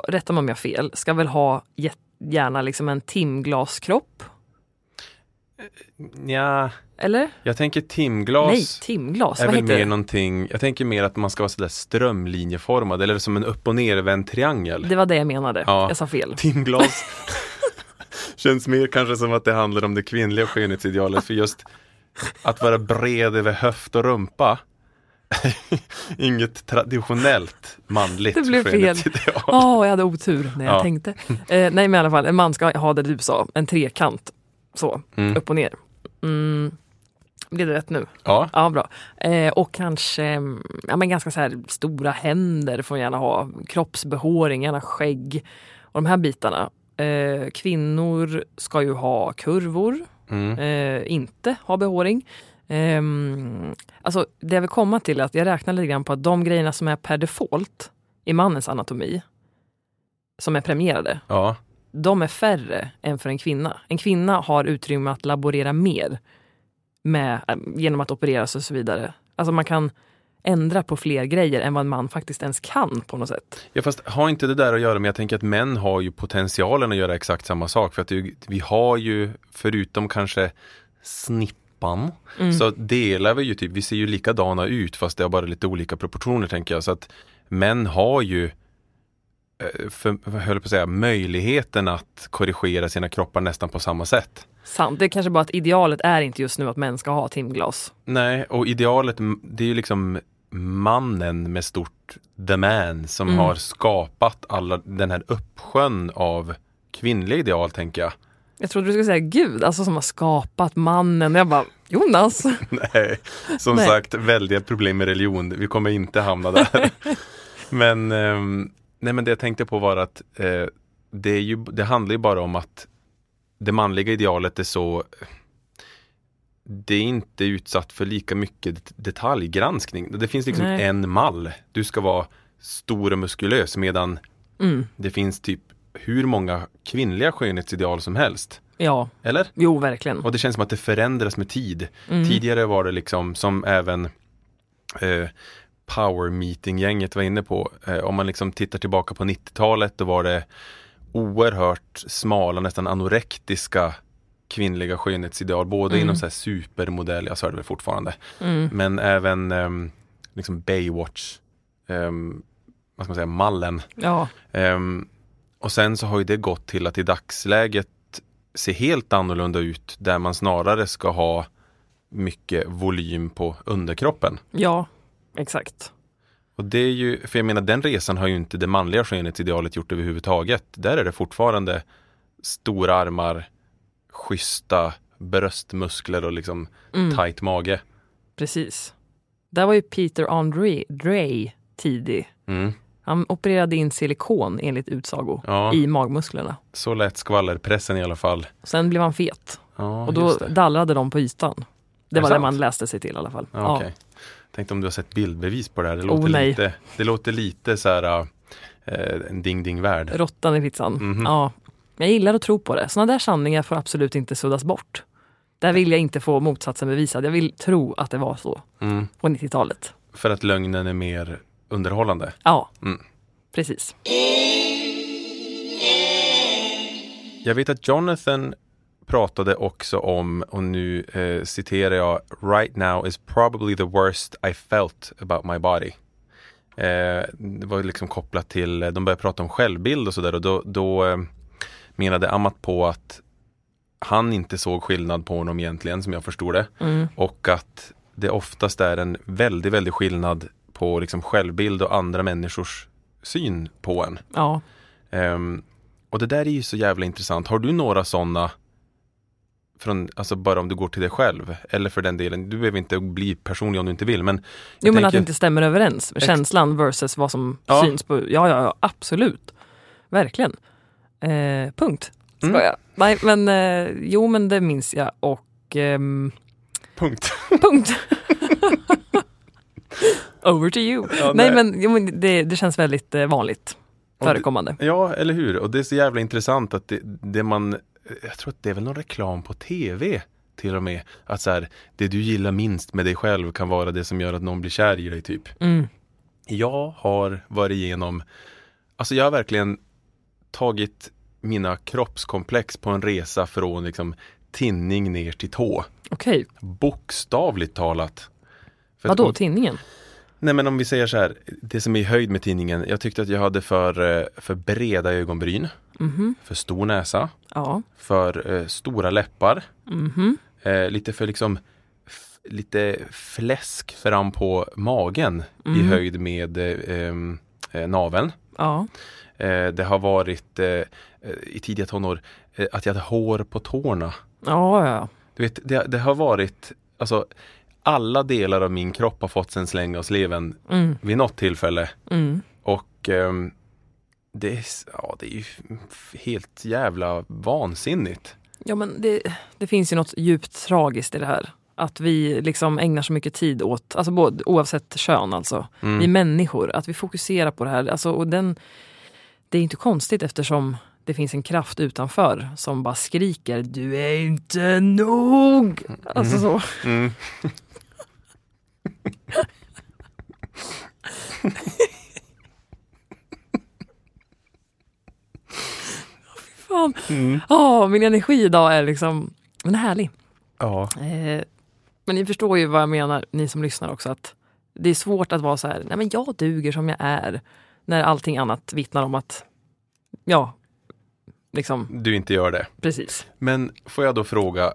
S2: rätta mig om jag har fel, ska väl ha jät- gärna liksom en timglaskropp?
S1: Ja,
S2: Eller?
S1: jag tänker timglas.
S2: Nej, timglas.
S1: är
S2: Alltså, Vad
S1: väl
S2: heter
S1: mer
S2: det?
S1: någonting, jag tänker mer att man ska vara sådär strömlinjeformad eller som en upp och nervänd triangel.
S2: Det var det jag menade.
S1: Ja.
S2: Jag sa fel.
S1: timglas. Känns mer kanske som att det handlar om det kvinnliga skönhetsidealet för just att vara bred över höft och rumpa. Inget traditionellt manligt
S2: Det blev fel.
S1: skönhetsideal.
S2: Åh, jag hade otur när jag
S1: Ja.
S2: tänkte. Eh, nej, men i alla fall, en man ska ha det du sa, en trekant. Så,
S1: Mm.
S2: upp och ner. Mm. Blev det rätt nu?
S1: Ja,
S2: Ja, bra. Eh, och kanske mm, ja, men ganska så här stora händer får man gärna ha. Kroppsbehåring, gärna skägg. Och de här bitarna. Eh, kvinnor ska ju ha kurvor,
S1: mm.
S2: eh, inte ha behåring. Ehm, alltså det jag vill komma till är att jag räknar lite grann på att de grejerna som är per default i mannens anatomi, som är premierade,
S1: Ja,
S2: de är färre än för en kvinna. En kvinna har utrymme att laborera mer med, eh, genom att opereras och så vidare. Alltså man kan ändra på fler grejer än vad en man faktiskt ens kan på något sätt.
S1: Ja fast har inte det där att göra med, jag tänker att män har ju potentialen att göra exakt samma sak för att det, är ju- vi har ju förutom kanske snippan så delar vi ju typ, vi ser ju likadana ut fast det har bara lite olika proportioner tänker jag så att män har ju eh, för, jag höll på att säga, möjligheten att korrigera sina kroppar nästan på samma sätt.
S2: Sant. Det är kanske bara att idealet är inte just nu att män ska ha timglas.
S1: Nej, och idealet m- det är ju liksom mannen med stort the man som har skapat alla den här uppsjön av kvinnliga ideal tänker jag.
S2: Jag trodde du skulle säga Gud, alltså som har skapat mannen. Jag bara, Jonas!
S1: Nej, som
S2: Nej.
S1: sagt väldiga problem med religion. Vi kommer inte hamna där. men, ehm, nej, men det jag tänkte på var att eh, det, är ju, det handlar ju bara om att det manliga idealet är så det är inte utsatt för lika mycket det- detaljgranskning. Det finns liksom
S2: Nej.
S1: en mall. Du ska vara stor och muskulös medan
S2: Mm.
S1: det finns typ hur många kvinnliga skönhetsideal som helst.
S2: Ja,
S1: Eller?
S2: jo verkligen.
S1: Och det känns som att det förändras med tid. Tidigare var det liksom som även eh, Power Meeting-gänget var inne på. Eh, om man liksom tittar tillbaka på 90-talet då var det oerhört smala, nästan anorektiska kvinnliga skönhetsideal. Både inom så här supermodell, jag sa det väl fortfarande. Men även ehm, liksom Baywatch, ehm, vad ska man säga, mallen.
S2: Ja,
S1: Ehm, och sen så har ju det gått till att i dagsläget se helt annorlunda ut där man snarare ska ha mycket volym på underkroppen.
S2: ja, exakt.
S1: Och det är ju, för jag menar den resan har ju inte det manliga skönhetsidealet gjort överhuvudtaget. Där är det fortfarande stora armar, schyssta bröstmuskler och liksom
S2: Mm.
S1: tight mage.
S2: Precis. Där var ju Peter Andre Dre tidig.
S1: Mm.
S2: Han opererade in silikon enligt utsago
S1: Ja.
S2: i magmusklerna.
S1: Så lät skvallerpressen i alla fall.
S2: Sen blev han fet
S1: Ja,
S2: och då
S1: just det.
S2: dallrade de på ytan. Det
S1: Är
S2: var
S1: det
S2: det
S1: sant?
S2: man läste sig till i alla fall.
S1: Ja, Okej. Tänkte om du har sett bildbevis på det här. Det
S2: Oh,
S1: låter
S2: nej.
S1: lite, det låter lite så här eh, en ding ding värld.
S2: Råttan i pizzan.
S1: Mhm.
S2: Ja. Jag gillar att tro på det. Såna där sanningar får absolut inte suddas bort. Där vill jag inte få motsatsen bevisad. Jag vill tro att det var så
S1: Mm.
S2: på 90-talet.
S1: För att lögnen är mer underhållande.
S2: Ja,
S1: Mm.
S2: precis.
S1: Jag vet att Jonathan pratade också om, och nu eh, citerar jag, Right now is probably the worst I felt about my body. Eh, det var liksom kopplat till, de började prata om självbild och sådär och då, då eh, menade Amat på att han inte såg skillnad på honom egentligen som jag förstod det. Och att det oftast är en väldigt, väldigt skillnad på liksom självbild och andra människors syn på en.
S2: Ja.
S1: Ehm, och det där är ju så jävla intressant. Har du några sådana, från, alltså bara om du går till dig själv, eller för den delen, du behöver inte bli personlig om du inte vill, men
S2: Jo,
S1: jag
S2: men att det
S1: tänker-
S2: inte stämmer överens. Känslan versus vad som
S1: Ja.
S2: syns på... Ja, ja, ja, absolut. Verkligen. Eh, punkt.
S1: Mm,
S2: Skojar. Nej, men eh, jo, men det minns jag. Och ehm,
S1: Punkt.
S2: punkt. Over to you.
S1: Ja,
S2: nej,
S1: nej.
S2: men, jo, men det, det känns väldigt eh, vanligt
S1: det-
S2: förekommande.
S1: Ja, eller hur? Och det är så jävla intressant att det, det man, jag tror att det är väl någon reklam på tv till och med, att så här, det du gillar minst med dig själv kan vara det som gör att någon blir kär i dig typ.
S2: Mm.
S1: Jag har varit igenom, alltså jag har verkligen tagit mina kroppskomplex på en resa från liksom tinning ner till tå.
S2: Okej,
S1: Bokstavligt talat. För att
S2: vadå
S1: om-
S2: tinningen?
S1: Nej men om vi säger så här, det som är i höjd med tidningen, jag tyckte att jag hade för, eh, för breda ögonbryn, för stor näsa,
S2: Ja,
S1: för eh, stora läppar, eh, lite för liksom f- lite fläsk fram på magen i höjd med eh, em, eh, naveln.
S2: ja.
S1: Eh, det har varit eh, eh, i tidiga tonår eh, att jag hade hår på tårna.
S2: Ja, ja.
S1: Du vet, det, det har varit, alltså alla delar av min kropp
S2: Mm.
S1: har fått sig en släng av sleven vid något tillfälle. Och ehm, det är, s- ja, det är ju f- helt jävla vansinnigt.
S2: Ja, men det, det finns ju något djupt tragiskt i det här. Att vi liksom ägnar så mycket tid åt, alltså både, oavsett kön alltså, vi människor, att vi fokuserar på det här. Alltså, och den, det är inte konstigt eftersom det finns en kraft utanför som bara skriker du är inte nog. Alltså så. Fan. Ja, min energi idag är liksom men härlig.
S1: Ja.
S2: Eh, men ni förstår ju vad jag menar, ni som lyssnar också, att det är svårt att vara så här, nej men jag duger som jag är, när allting annat vittnar om att, ja, liksom,
S1: Du inte gör det.
S2: precis.
S1: Men får jag då fråga,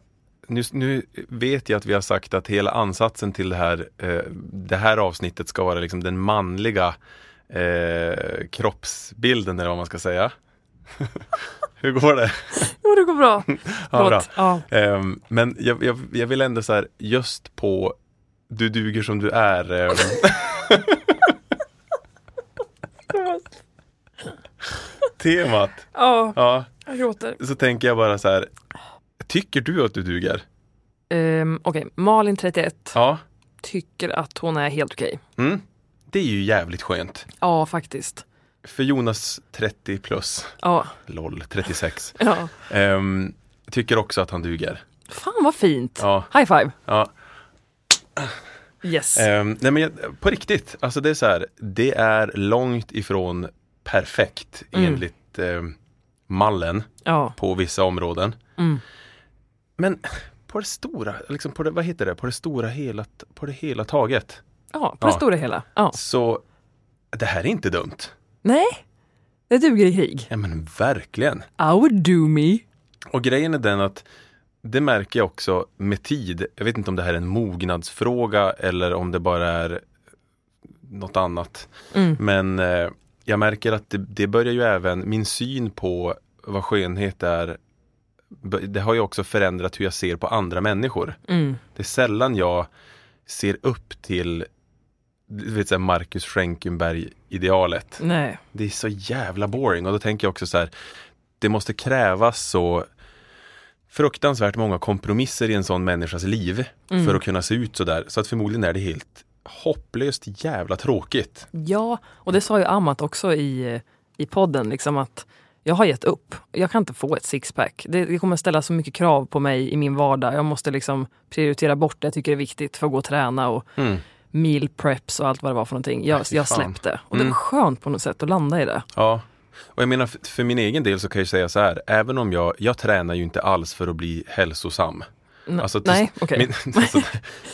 S1: nu, nu vet jag att vi har sagt att hela ansatsen till det här, eh, det här avsnittet ska vara liksom den manliga eh, kroppsbilden eller vad man ska säga. Hur går det?
S2: Jo, det går bra.
S1: Ja, bra.
S2: Förlåt. Ja.
S1: Ehm, men jag, jag, jag vill ändå så här, just på du duger som du är. ehm. Temat.
S2: ja,
S1: Ja,
S2: jag gråter.
S1: så tänker jag bara så här. Tycker du att du duger?
S2: Ehm, Okej, Malin 31
S1: Ja.
S2: tycker att hon är helt okej.
S1: Mm. Det är ju jävligt skönt.
S2: Ja, faktiskt.
S1: För Jonas 30 plus,
S2: Ja,
S1: LOL 36,
S2: ja.
S1: ehm, tycker också att han duger.
S2: Fan vad fint.
S1: Ja.
S2: High five.
S1: Ja.
S2: Yes.
S1: Ehm, nej men jag, på riktigt, alltså det är så här, det är långt ifrån perfekt
S2: Mm.
S1: enligt ehm, mallen
S2: Ja.
S1: på vissa områden.
S2: Mm.
S1: Men på det stora, liksom på det, vad heter det, på det stora hela, på det hela taget.
S2: ja, på det
S1: Ja.
S2: stora hela. Ja.
S1: Så det här är inte dumt.
S2: Nej, det duger i krig.
S1: Ja men verkligen.
S2: I would do me.
S1: Och grejen är den att det märker jag också med tid. Jag vet inte om det här är en mognadsfråga eller om det bara är något annat.
S2: Mm.
S1: Men eh, jag märker att det, det börjar ju även, min syn på vad skönhet är, b- det har ju också förändrat hur jag ser på andra människor.
S2: Mm.
S1: Det är sällan jag ser upp till du vet, så här Marcus Schenkenberg-idealet.
S2: Nej.
S1: Det är så jävla boring och då tänker jag också så här Det måste krävas så fruktansvärt många kompromisser i en sån människas liv
S2: Mm.
S1: för att kunna se ut så där. Så att förmodligen är det helt hopplöst jävla tråkigt.
S2: Ja, och det sa ju Amat också i, i podden, liksom att jag har gett upp. Jag kan inte få ett sixpack. Det, det kommer ställa så mycket krav på mig i min vardag. Jag måste liksom prioritera bort det jag tycker är viktigt för att gå och träna och meal preps och allt vad det var för någonting. Jag,
S1: Mm. fy
S2: jag
S1: fan. Mm.
S2: släppte. Och det var skönt på något sätt att landa i det.
S1: Ja. Och jag menar för, för min egen del så kan jag ju säga så här, även om jag, jag tränar ju inte alls för att bli hälsosam.
S2: N-
S1: Alltså,
S2: nej, okej.
S1: min- alltså,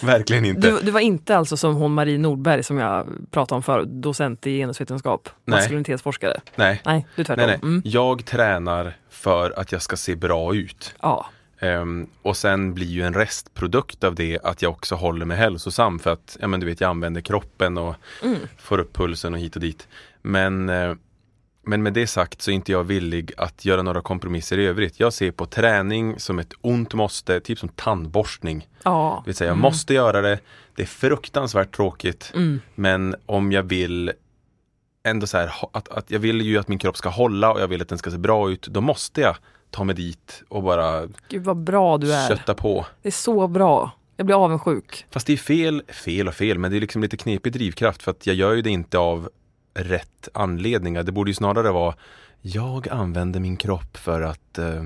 S1: verkligen inte.
S2: Du, du var inte alltså som hon Marie Nordberg som jag pratade om förut, docent i genusvetenskap,
S1: Nej.
S2: maskulinitetsforskare.
S1: nej, nej,
S2: Nej, du är tvärtom.
S1: nej.
S2: Mm.
S1: Jag tränar för att jag ska se bra ut.
S2: Ja,
S1: Ehm, och sen blir ju en restprodukt av det att jag också håller mig hälsosam för att ja, men du vet, jag använder kroppen och får upp pulsen och hit och dit. Men, eh, men med det sagt så är inte jag villig att göra några kompromisser i övrigt. Jag ser på träning som ett ont måste, typ som tandborstning.
S2: ja. Mm.
S1: Det vill säga, jag måste göra det, det är fruktansvärt tråkigt, men om jag vill ändå så här, ha- att, att jag vill ju att min kropp ska hålla och jag vill att den ska se bra ut, då måste jag ta mig dit och bara
S2: Gud vad bra du är.
S1: kötta på.
S2: Det är så bra. Jag blir avundsjuk.
S1: Fast det är fel, fel och fel, men det är liksom lite knepig drivkraft för att jag gör ju det inte av rätt anledningar. Det borde ju snarare vara jag använder min kropp för att eh,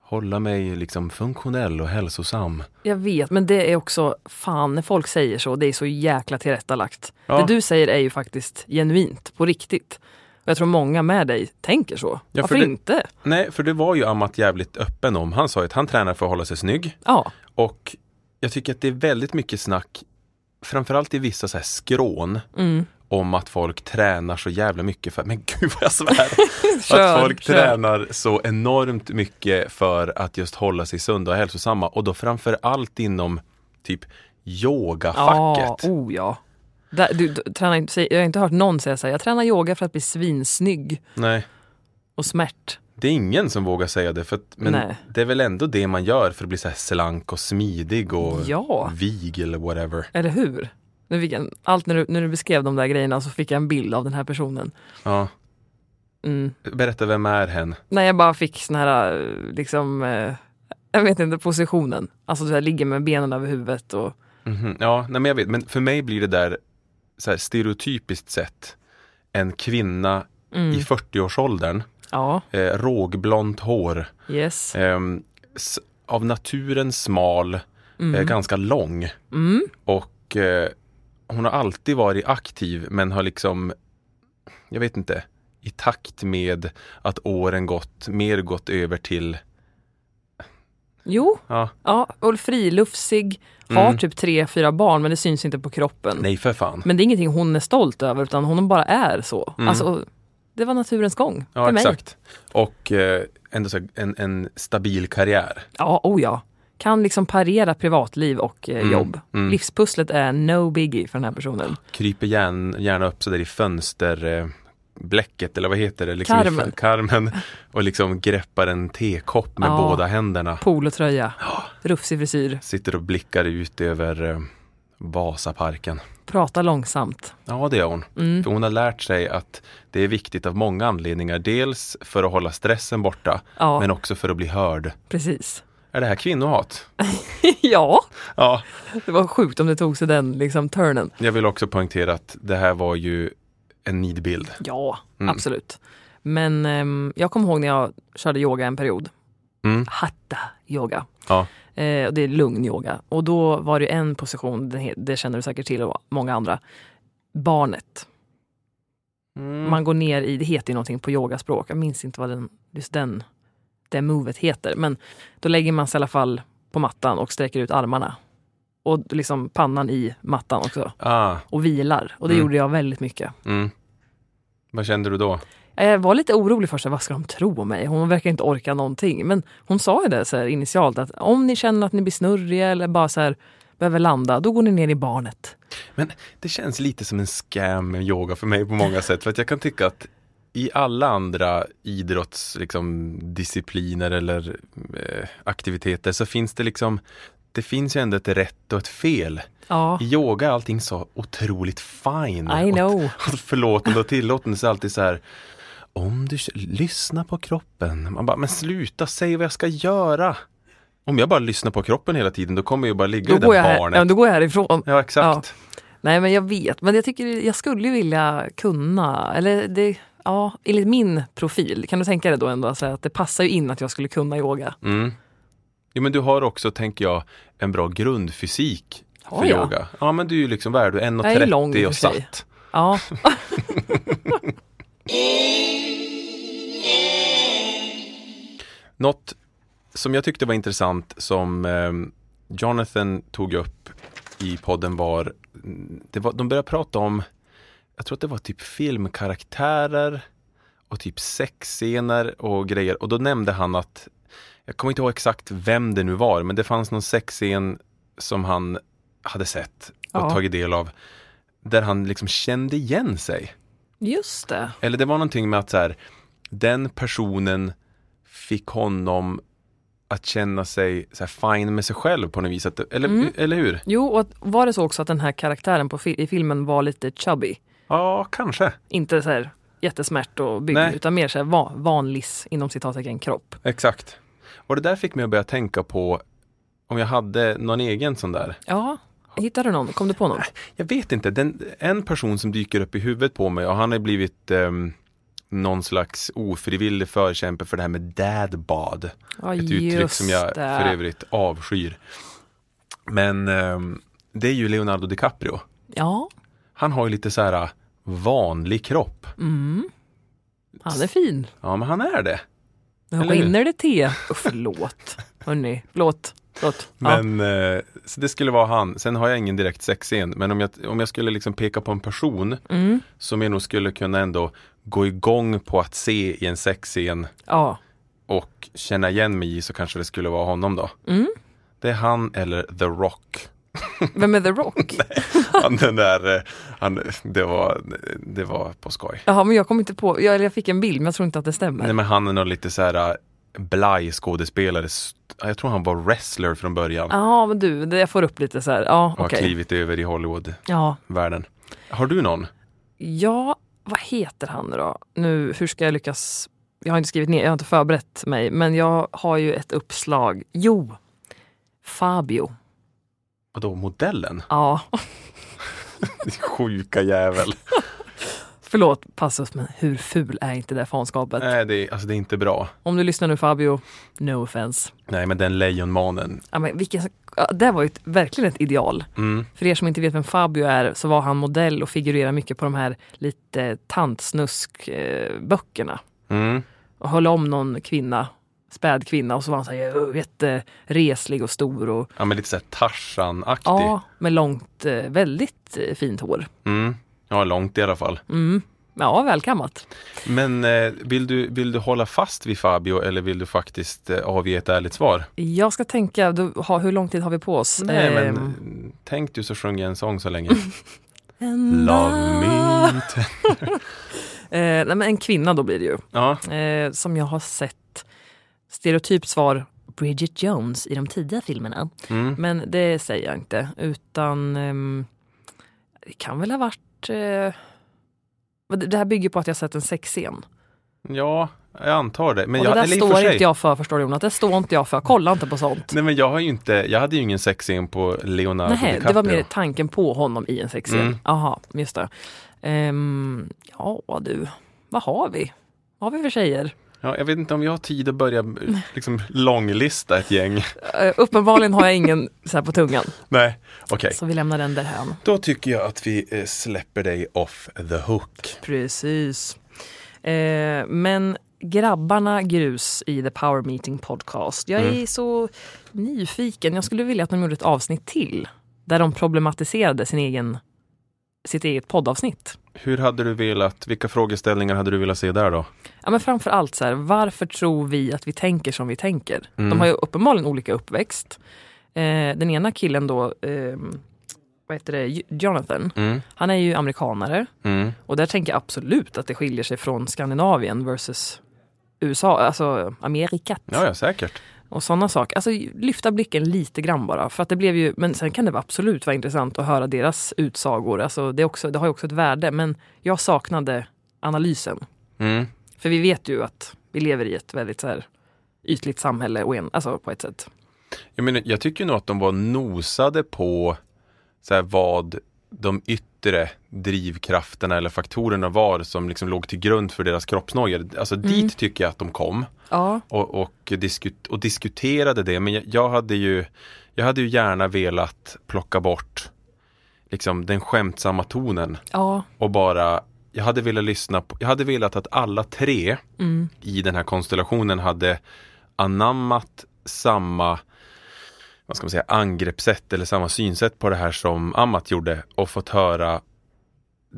S1: hålla mig liksom funktionell och hälsosam.
S2: Jag vet, men det är också, fan när folk säger så, det är så jäkla tillrättalagt.
S1: Ja.
S2: Det du säger är ju faktiskt genuint, på riktigt. Och jag tror många med dig tänker så.
S1: för
S2: Varför
S1: det-
S2: inte?
S1: Nej, för det var ju Amat jävligt öppen om. Han sa ju att han tränar för att hålla sig snygg
S2: Ja,
S1: och jag tycker att det är väldigt mycket snack, framförallt i vissa så här skrån,
S2: Mm.
S1: om att folk tränar så jävla mycket för, men gud vad jag svär.
S2: kör,
S1: att folk
S2: kör.
S1: tränar så enormt mycket för att just hålla sig sunda och hälsosamma och då framför allt inom typ
S2: Ja,
S1: yogafacket.
S2: oh ja. Där, du, du, tränar, inte- säg- jag har inte hört någon säga så här, jag tränar yoga för att bli svinsnygg
S1: Nej,
S2: och smärt.
S1: det är ingen som vågar säga det för att, men
S2: Nej.
S1: det är väl ändå det man gör för att bli så här slank och smidig och
S2: Ja.
S1: vig eller whatever.
S2: Eller hur? Nu fick jag, en- allt när du, när du beskrev de där grejerna så fick jag en bild av den här personen.
S1: Ja.
S2: Mm.
S1: Berätta, vem är hen?
S2: När jag bara fick sån här, eh, liksom, eh, jag vet inte, positionen. Alltså du här, ligger med benen över huvudet och
S1: Mhm, Ja, nej, men jag vet. Men för mig blir det där så här, stereotypiskt sett en kvinna
S2: Mm.
S1: i 40-årsåldern,
S2: ja,
S1: eh, rågblont hår,
S2: yes.
S1: ehm, s- av naturen smal,
S2: Mm.
S1: eh, ganska lång. Och eh, hon har alltid varit aktiv men har liksom, jag vet inte, i takt med att åren gått, mer gått över till,
S2: Jo,
S1: ja,
S2: ja, och friluftsig, har typ tre, fyra barn men det syns inte på kroppen.
S1: Mm. nej för fan.
S2: Men det är ingenting hon är stolt över utan hon bara är så. Alltså, det var naturens gång
S1: Mm. Ja,
S2: för mig.
S1: exakt. Och eh, ändå så här, en, en stabil karriär.
S2: Ja, oh ja. Kan liksom parera privatliv och eh,
S1: Mm,
S2: jobb. Livspusslet är no biggie för den här personen.
S1: Kryper gärna, gärna upp sådär i fönster eh, bläcket eller vad heter det? Liksom i
S2: Karmen.
S1: fön- karmen. Och liksom greppar en tekopp med
S2: Ja.
S1: båda händerna.
S2: Polotröja, rufsig frisyr,
S1: Sitter och blickar ut över eh, Vasaparken.
S2: prata långsamt.
S1: Ja, det är hon.
S2: Mm.
S1: För hon har lärt sig att det är viktigt av många anledningar. Dels för att hålla stressen borta,
S2: Ja.
S1: men också för att bli hörd.
S2: Precis.
S1: Är det här kvinnohat?
S2: ja,
S1: Ja.
S2: det var sjukt om det tog sig den liksom turnen.
S1: Jag vill också poängtera att det här var ju en nidbild.
S2: Ja, absolut. Men ehm, jag kommer ihåg när jag körde yoga en period.
S1: Mm.
S2: Hatta yoga.
S1: Ja.
S2: Eh, och det är lugn yoga. Och då var det en position, den he- det känner du säkert till och många andra. Barnet. Man går ner i, det heter ju någonting på yogaspråk, jag minns inte vad den, just den, det movet heter. Men då lägger man sig i alla fall på mattan och sträcker ut armarna. Och liksom pannan i mattan också.
S1: Ah,
S2: Och vilar. Och det
S1: Mm.
S2: gjorde jag väldigt mycket.
S1: mm. Vad kände du då?
S2: Jag var lite orolig först, vad ska de tro om mig? Hon verkar inte orka någonting. Men hon sa ju det så här initialt att om ni känner att ni blir snurriga eller bara så här behöver landa, då går ni ner i barnet.
S1: Men det känns lite som en scam med yoga för mig på många sätt. För att jag kan tycka att i alla andra idrottsdiscipliner liksom, discipliner eller eh, aktiviteter så finns det liksom det finns ju ändå ett rätt och ett fel.
S2: Ja,
S1: I yoga är allting så otroligt fine.
S2: I know.
S1: Och, och förlåtande och tillåtelse är alltid så här. Om du k- lyssna på kroppen. Man bara, men sluta, säg vad jag ska göra. Om jag bara lyssnar på kroppen hela tiden då kommer jag bara ligga
S2: då
S1: i det
S2: går, jag
S1: där
S2: här,
S1: barnet.
S2: ja, då går jag härifrån.
S1: Ja, exakt.
S2: Nej, men jag vet. Men jag tycker jag skulle ju vilja kunna, eller det, ja, enligt min profil, kan du tänka dig då ändå så här, att det passar ju in att jag skulle kunna yoga?
S1: Mm. Jo, men du har också, tänker jag, en bra grundfysik
S2: Har
S1: för
S2: jag?
S1: yoga. Ja, men du är ju liksom, vad är du,
S2: Jag är lång
S1: 1,30
S2: i och
S1: och
S2: för sig.
S1: satt.
S2: Ja,
S1: Något som jag tyckte var intressant som eh, Jonathan tog upp i podden var, det var, de började prata om, jag tror att det var typ filmkaraktärer och typ sexscener och grejer. Och då nämnde han att, jag kommer inte ihåg exakt vem det nu var, men det fanns någon sexscen som han hade sett och
S2: Ja.
S1: tagit del av. Där han liksom kände igen sig.
S2: just det.
S1: Eller det var någonting med att så här, den personen fick honom att känna sig så här fine med sig själv på något vis. Att, eller, eller hur?
S2: Jo, och att- var det så också att den här karaktären på fi- i filmen var lite chubby?
S1: Ja, kanske.
S2: inte så här jättesmärt och bygg,
S1: Nej.
S2: utan mer så här va- vanlis, inom citattecken, kropp.
S1: Exakt. Och det där fick mig att börja tänka på om jag hade någon egen sån där.
S2: Ja, hittade du någon? Kom du på någon?
S1: Jag vet inte, den, en person som dyker upp i huvudet på mig och han har blivit ehm, någon slags ofrivillig förkämpe för det här med dadbad.
S2: Ja,
S1: Ett uttryck
S2: just
S1: som jag för
S2: det.
S1: övrigt avskyr. Men ehm, det är ju Leonardo DiCaprio.
S2: Ja,
S1: Han har ju lite så här äh, vanlig kropp.
S2: Mm. han är fin.
S1: Ja, men han är det.
S2: Nu
S1: Eller hur?
S2: rinner det te. Oh, förlåt, hörni. Förlåt. förlåt. Ja.
S1: Men eh, så det skulle vara han. Sen har jag ingen direkt sexscen. Men om jag, om jag skulle liksom peka på en person
S2: Mm.
S1: som jag nog skulle kunna ändå gå igång på att se i en sexscen
S2: ja,
S1: och känna igen mig i så kanske det skulle vara honom då.
S2: Mm.
S1: Det är han eller The Rock.
S2: vem är The Rock?
S1: Han den där, eh, han, det, var, det var på skoj.
S2: Jaha, men jag kom inte på, jag, eller jag fick en bild men jag tror inte att det stämmer.
S1: Nej men han är nog lite så här eh, blaj skådespelare. St- Jag tror han var wrestler från början.
S2: Ja, men du, det- jag får upp lite så här. Ja,
S1: och har
S2: okej.
S1: klivit över i Hollywood-världen.
S2: Ja,
S1: Har du någon?
S2: ja, vad heter han nu då? Nu, hur ska jag lyckas? Jag har inte skrivit ner, jag har inte förberett mig, men jag har ju ett uppslag. Jo, Fabio.
S1: Vadå, modellen?
S2: Ja,
S1: Sjuka jävel.
S2: förlåt passus, men hur ful är inte det fanskapet?
S1: Nej, det är, alltså, det är inte bra.
S2: Om du lyssnar nu Fabio, no offense.
S1: Nej, men den lejonmanen.
S2: Ja, men vilken, ja, det var ju ett, verkligen ett ideal.
S1: Mm.
S2: För er som inte vet vem Fabio är så var han modell och figurerar mycket på de här lite tantsnusk-böckerna.
S1: Mm.
S2: och höll om någon kvinna, späd kvinna och så var han så här "Åh, jättereslig och stor och
S1: Ja, men lite såhär Tarzan-aktig.
S2: ja, med långt, eh, väldigt eh, fint hår.
S1: Mm. Ja, långt i alla fall.
S2: Mm. Ja, välkammat.
S1: Men eh, vill, du, vill du hålla fast vid Fabio eller vill du faktiskt eh, avge ett ärligt svar?
S2: Jag ska tänka, då, ha, hur lång tid har vi på oss?
S1: Nej, men
S2: Ehm,
S1: eh, tänk du så sjunger jag en sång så länge.
S2: en
S1: Love me. t-
S2: Eh, nej, men en kvinna då blir det ju.
S1: Ja,
S2: Eh, som jag har sett stereotypt svar Bridget Jones i de tidiga filmerna.
S1: mm.
S2: Men det säger jag inte, utan ehm, det kan väl ha varit... eh, men det- det här bygger på att jag sett en sexscen.
S1: ja, jag antar det. Men
S2: och
S1: jag,
S2: det där
S1: eller i och för
S2: står
S1: sig.
S2: inte jag för, förstår du Jonas. Det står inte jag för. Kolla inte på sånt.
S1: Nej men jag har ju inte, jag hade ju ingen sexscen på Leonardo
S2: Nej,
S1: DiCaprio.
S2: det var mer tanken på honom i en sexscen.
S1: Mm.
S2: Jaha, just det. Ehm, ja du, vad har vi? Vad har vi för tjejer?
S1: Ja, jag vet inte om jag har tid att börja eh, liksom långlista ett gäng.
S2: Eh, uppenbarligen har jag ingen så här på tungan.
S1: Nej, okej.
S2: Så vi lämnar den därhän.
S1: Då tycker jag att vi eh, släpper dig off the hook.
S2: Precis. Eh, men grabbarna grus i The Power Meeting Podcast. Jag är så nyfiken. Jag skulle vilja att de gjorde ett avsnitt till där de problematiserade sin egen, sitt eget poddavsnitt.
S1: Hur hade du velat, vilka frågeställningar hade du velat se där då?
S2: Ja, men framför allt så här, varför tror vi att vi tänker som vi tänker?
S1: Mm.
S2: De har ju uppenbarligen olika uppväxt. Eh, den ena killen då, ehm, vad heter det, J- Jonathan,
S1: Mm,
S2: han är ju amerikanare.
S1: mm,
S2: Och där tänker jag absolut att det skiljer sig från Skandinavien versus USA, alltså Amerikat.
S1: ja, ja säkert.
S2: Och sådana saker. Alltså lyfta blicken lite grann bara. För att det blev ju, men sen kan det vara absolut vara intressant att höra deras utsagor. Alltså, det, är också, det har ju också ett värde. Men jag saknade analysen.
S1: Mm.
S2: För vi vet ju att vi lever i ett väldigt så här, ytligt samhälle och en, alltså på ett sätt.
S1: Jag, menar, jag tycker nog att de var nosade på så här, vad de yttre drivkrafterna eller faktorerna var som liksom låg till grund för deras kroppsnojor. Alltså dit tycker jag att de kom.
S2: Ja.
S1: och, och, diskut, och diskuterade det. Men jag, jag, hade ju, jag hade ju gärna velat plocka bort liksom, den skämtsamma tonen
S2: Ja.
S1: och bara jag hade velat lyssna på, jag hade velat att alla tre
S2: Mm.
S1: i den här konstellationen hade anammat samma vad ska man säga, angreppssätt eller samma synsätt på det här som Amat gjorde och fått höra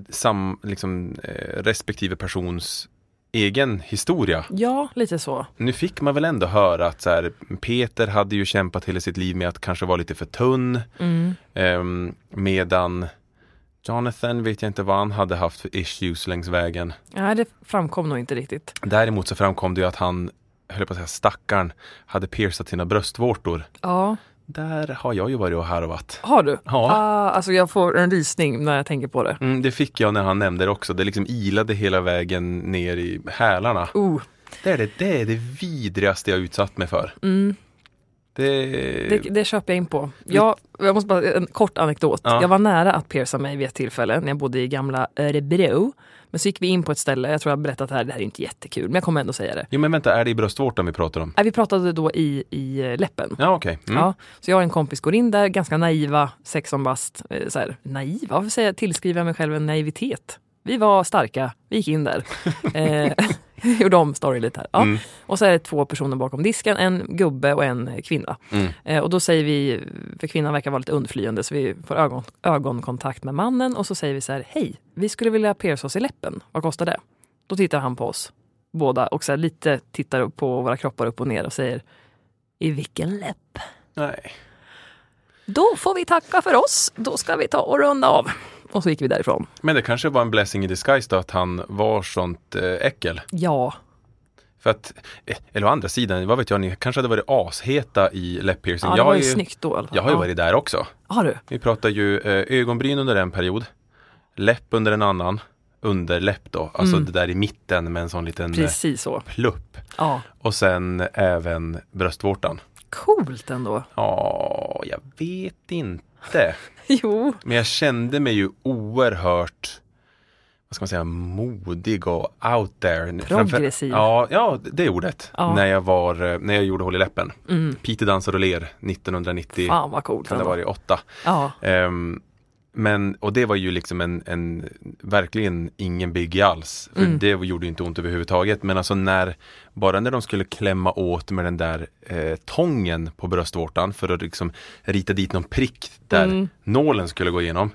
S1: sam, liksom, eh, respektive persons egen historia.
S2: ja, lite så.
S1: Nu fick man väl ändå höra att så här, Peter hade ju kämpat hela sitt liv med att kanske vara lite för tunn.
S2: Mm.
S1: ehm, medan Jonathan vet jag inte vad han hade haft för issues längs vägen.
S2: Nej, det framkom nog inte riktigt.
S1: Däremot så framkom det ju att han, jag höll på att säga stackaren, hade piercat sina bröstvårtor.
S2: Ja.
S1: Där har jag ju varit och harvat.
S2: Har du?
S1: Ja.
S2: Ah, alltså jag får en rysning när jag tänker på det.
S1: Mm, det fick jag när han nämnde det också. Det liksom ilade hela vägen ner i hälarna.
S2: Oh,
S1: Det är det, det, är det vidrigaste jag utsatt mig för.
S2: mm,
S1: Det,
S2: det, det köper jag in på. Jag, jag måste bara, en kort anekdot.
S1: Ja.
S2: Jag var nära att pierca mig vid ett tillfälle när jag bodde i gamla Örebro. Men så gick vi in på ett ställe, jag tror jag har berättat det här, det här är inte jättekul, men jag kommer ändå säga det.
S1: Jo men vänta, är det i bröstvårtan vi pratar om?
S2: Nej, Vi pratade då i, i eh, läppen.
S1: Ja okej. Mm.
S2: Ja, så jag och en kompis går in där, ganska naiva, 16 bast. eh, Så här, naiva? Varför säger jag, tillskriver jag mig själv en naivitet? Vi var starka, vi gick in där. Eh, gjorde om storyn lite här. Ja. Och så är det två personer bakom disken, en gubbe och en kvinna. Eh, och då säger vi, för kvinnan verkar vara lite undflyende, så vi får ögon, ögonkontakt med mannen och så säger vi så här, hej, vi skulle vilja pierca oss i läppen, vad kostar det? Då tittar han på oss båda och så här, lite tittar upp på våra kroppar upp och ner och säger, i vilken läpp?
S1: Nej.
S2: Då får vi tacka för oss. Då ska vi ta och runda av. Och så gick vi därifrån.
S1: Men det kanske var en blessing in disguise då att han var sånt eh, äckel.
S2: Ja,
S1: För att, eh, eller å andra sidan, vad vet jag, ni kanske hade varit asheta i läppiercing.
S2: ja det
S1: jag,
S2: var
S1: har
S2: ju
S1: ju,
S2: snyggt då. i alla fall.
S1: jag har ju
S2: Ja.
S1: varit Mm. där också.
S2: Har du?
S1: Vi pratar ju eh, ögonbryn under en period, läpp under en annan, underläpp då, alltså det där i mitten med en sån liten eh,
S2: Mm. Precis så.
S1: plupp.
S2: Ja.
S1: Och sen även bröstvårtan.
S2: Coolt ändå.
S1: Ja, jag vet inte.
S2: Jo.
S1: Men jag kände mig ju oerhört vad ska man säga, modig och out there.
S2: Progressiv.
S1: Ja, ja, det är ordet.
S2: Ja. Mm.
S1: När, jag var, eh, när jag gjorde Håll i läppen. Piteå dansar och ler 1990.
S2: Fan vad coolt
S1: Kan det
S2: ändå.
S1: ha varit åtta.
S2: Ja.
S1: Ehm, men, och det var ju liksom en, en verkligen ingen biggie alls. För Det gjorde ju inte ont överhuvudtaget. Men alltså när, bara när de skulle klämma åt med den där eh, tången på bröstvårtan för att liksom rita dit någon prick där nålen skulle gå igenom.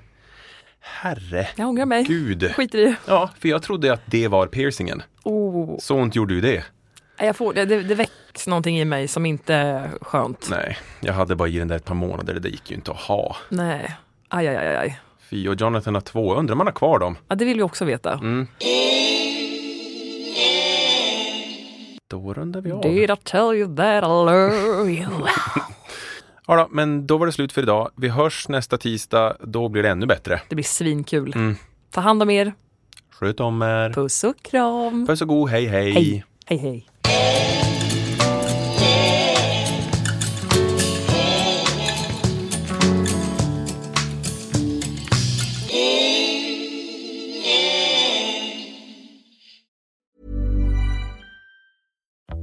S1: Herre
S2: Jag ångrar mig.
S1: gud.
S2: Skiter i det.
S1: Ja, för jag trodde att det var piercingen.
S2: Oh.
S1: Så ont gjorde ju det.
S2: Jag får, det, det väcks någonting i mig som inte är skönt.
S1: Nej, jag hade bara i den där ett par månader. Det där gick ju inte att ha.
S2: Nej. Aj, aj, aj, aj.
S1: Fy och Jonathan har två. Undrar om han har kvar dem.
S2: Ja, det vill vi också veta.
S1: Mm. Då rundar vi av.
S2: Did I tell you that I love you?
S1: Ja, då, men då var det slut för idag. Vi hörs nästa tisdag. Då blir det ännu bättre.
S2: Det blir svinkul.
S1: Mm.
S2: Ta hand om er.
S1: Sköt om er.
S2: Puss och kram.
S1: Puss och god hej. hej.
S2: Hej, hej.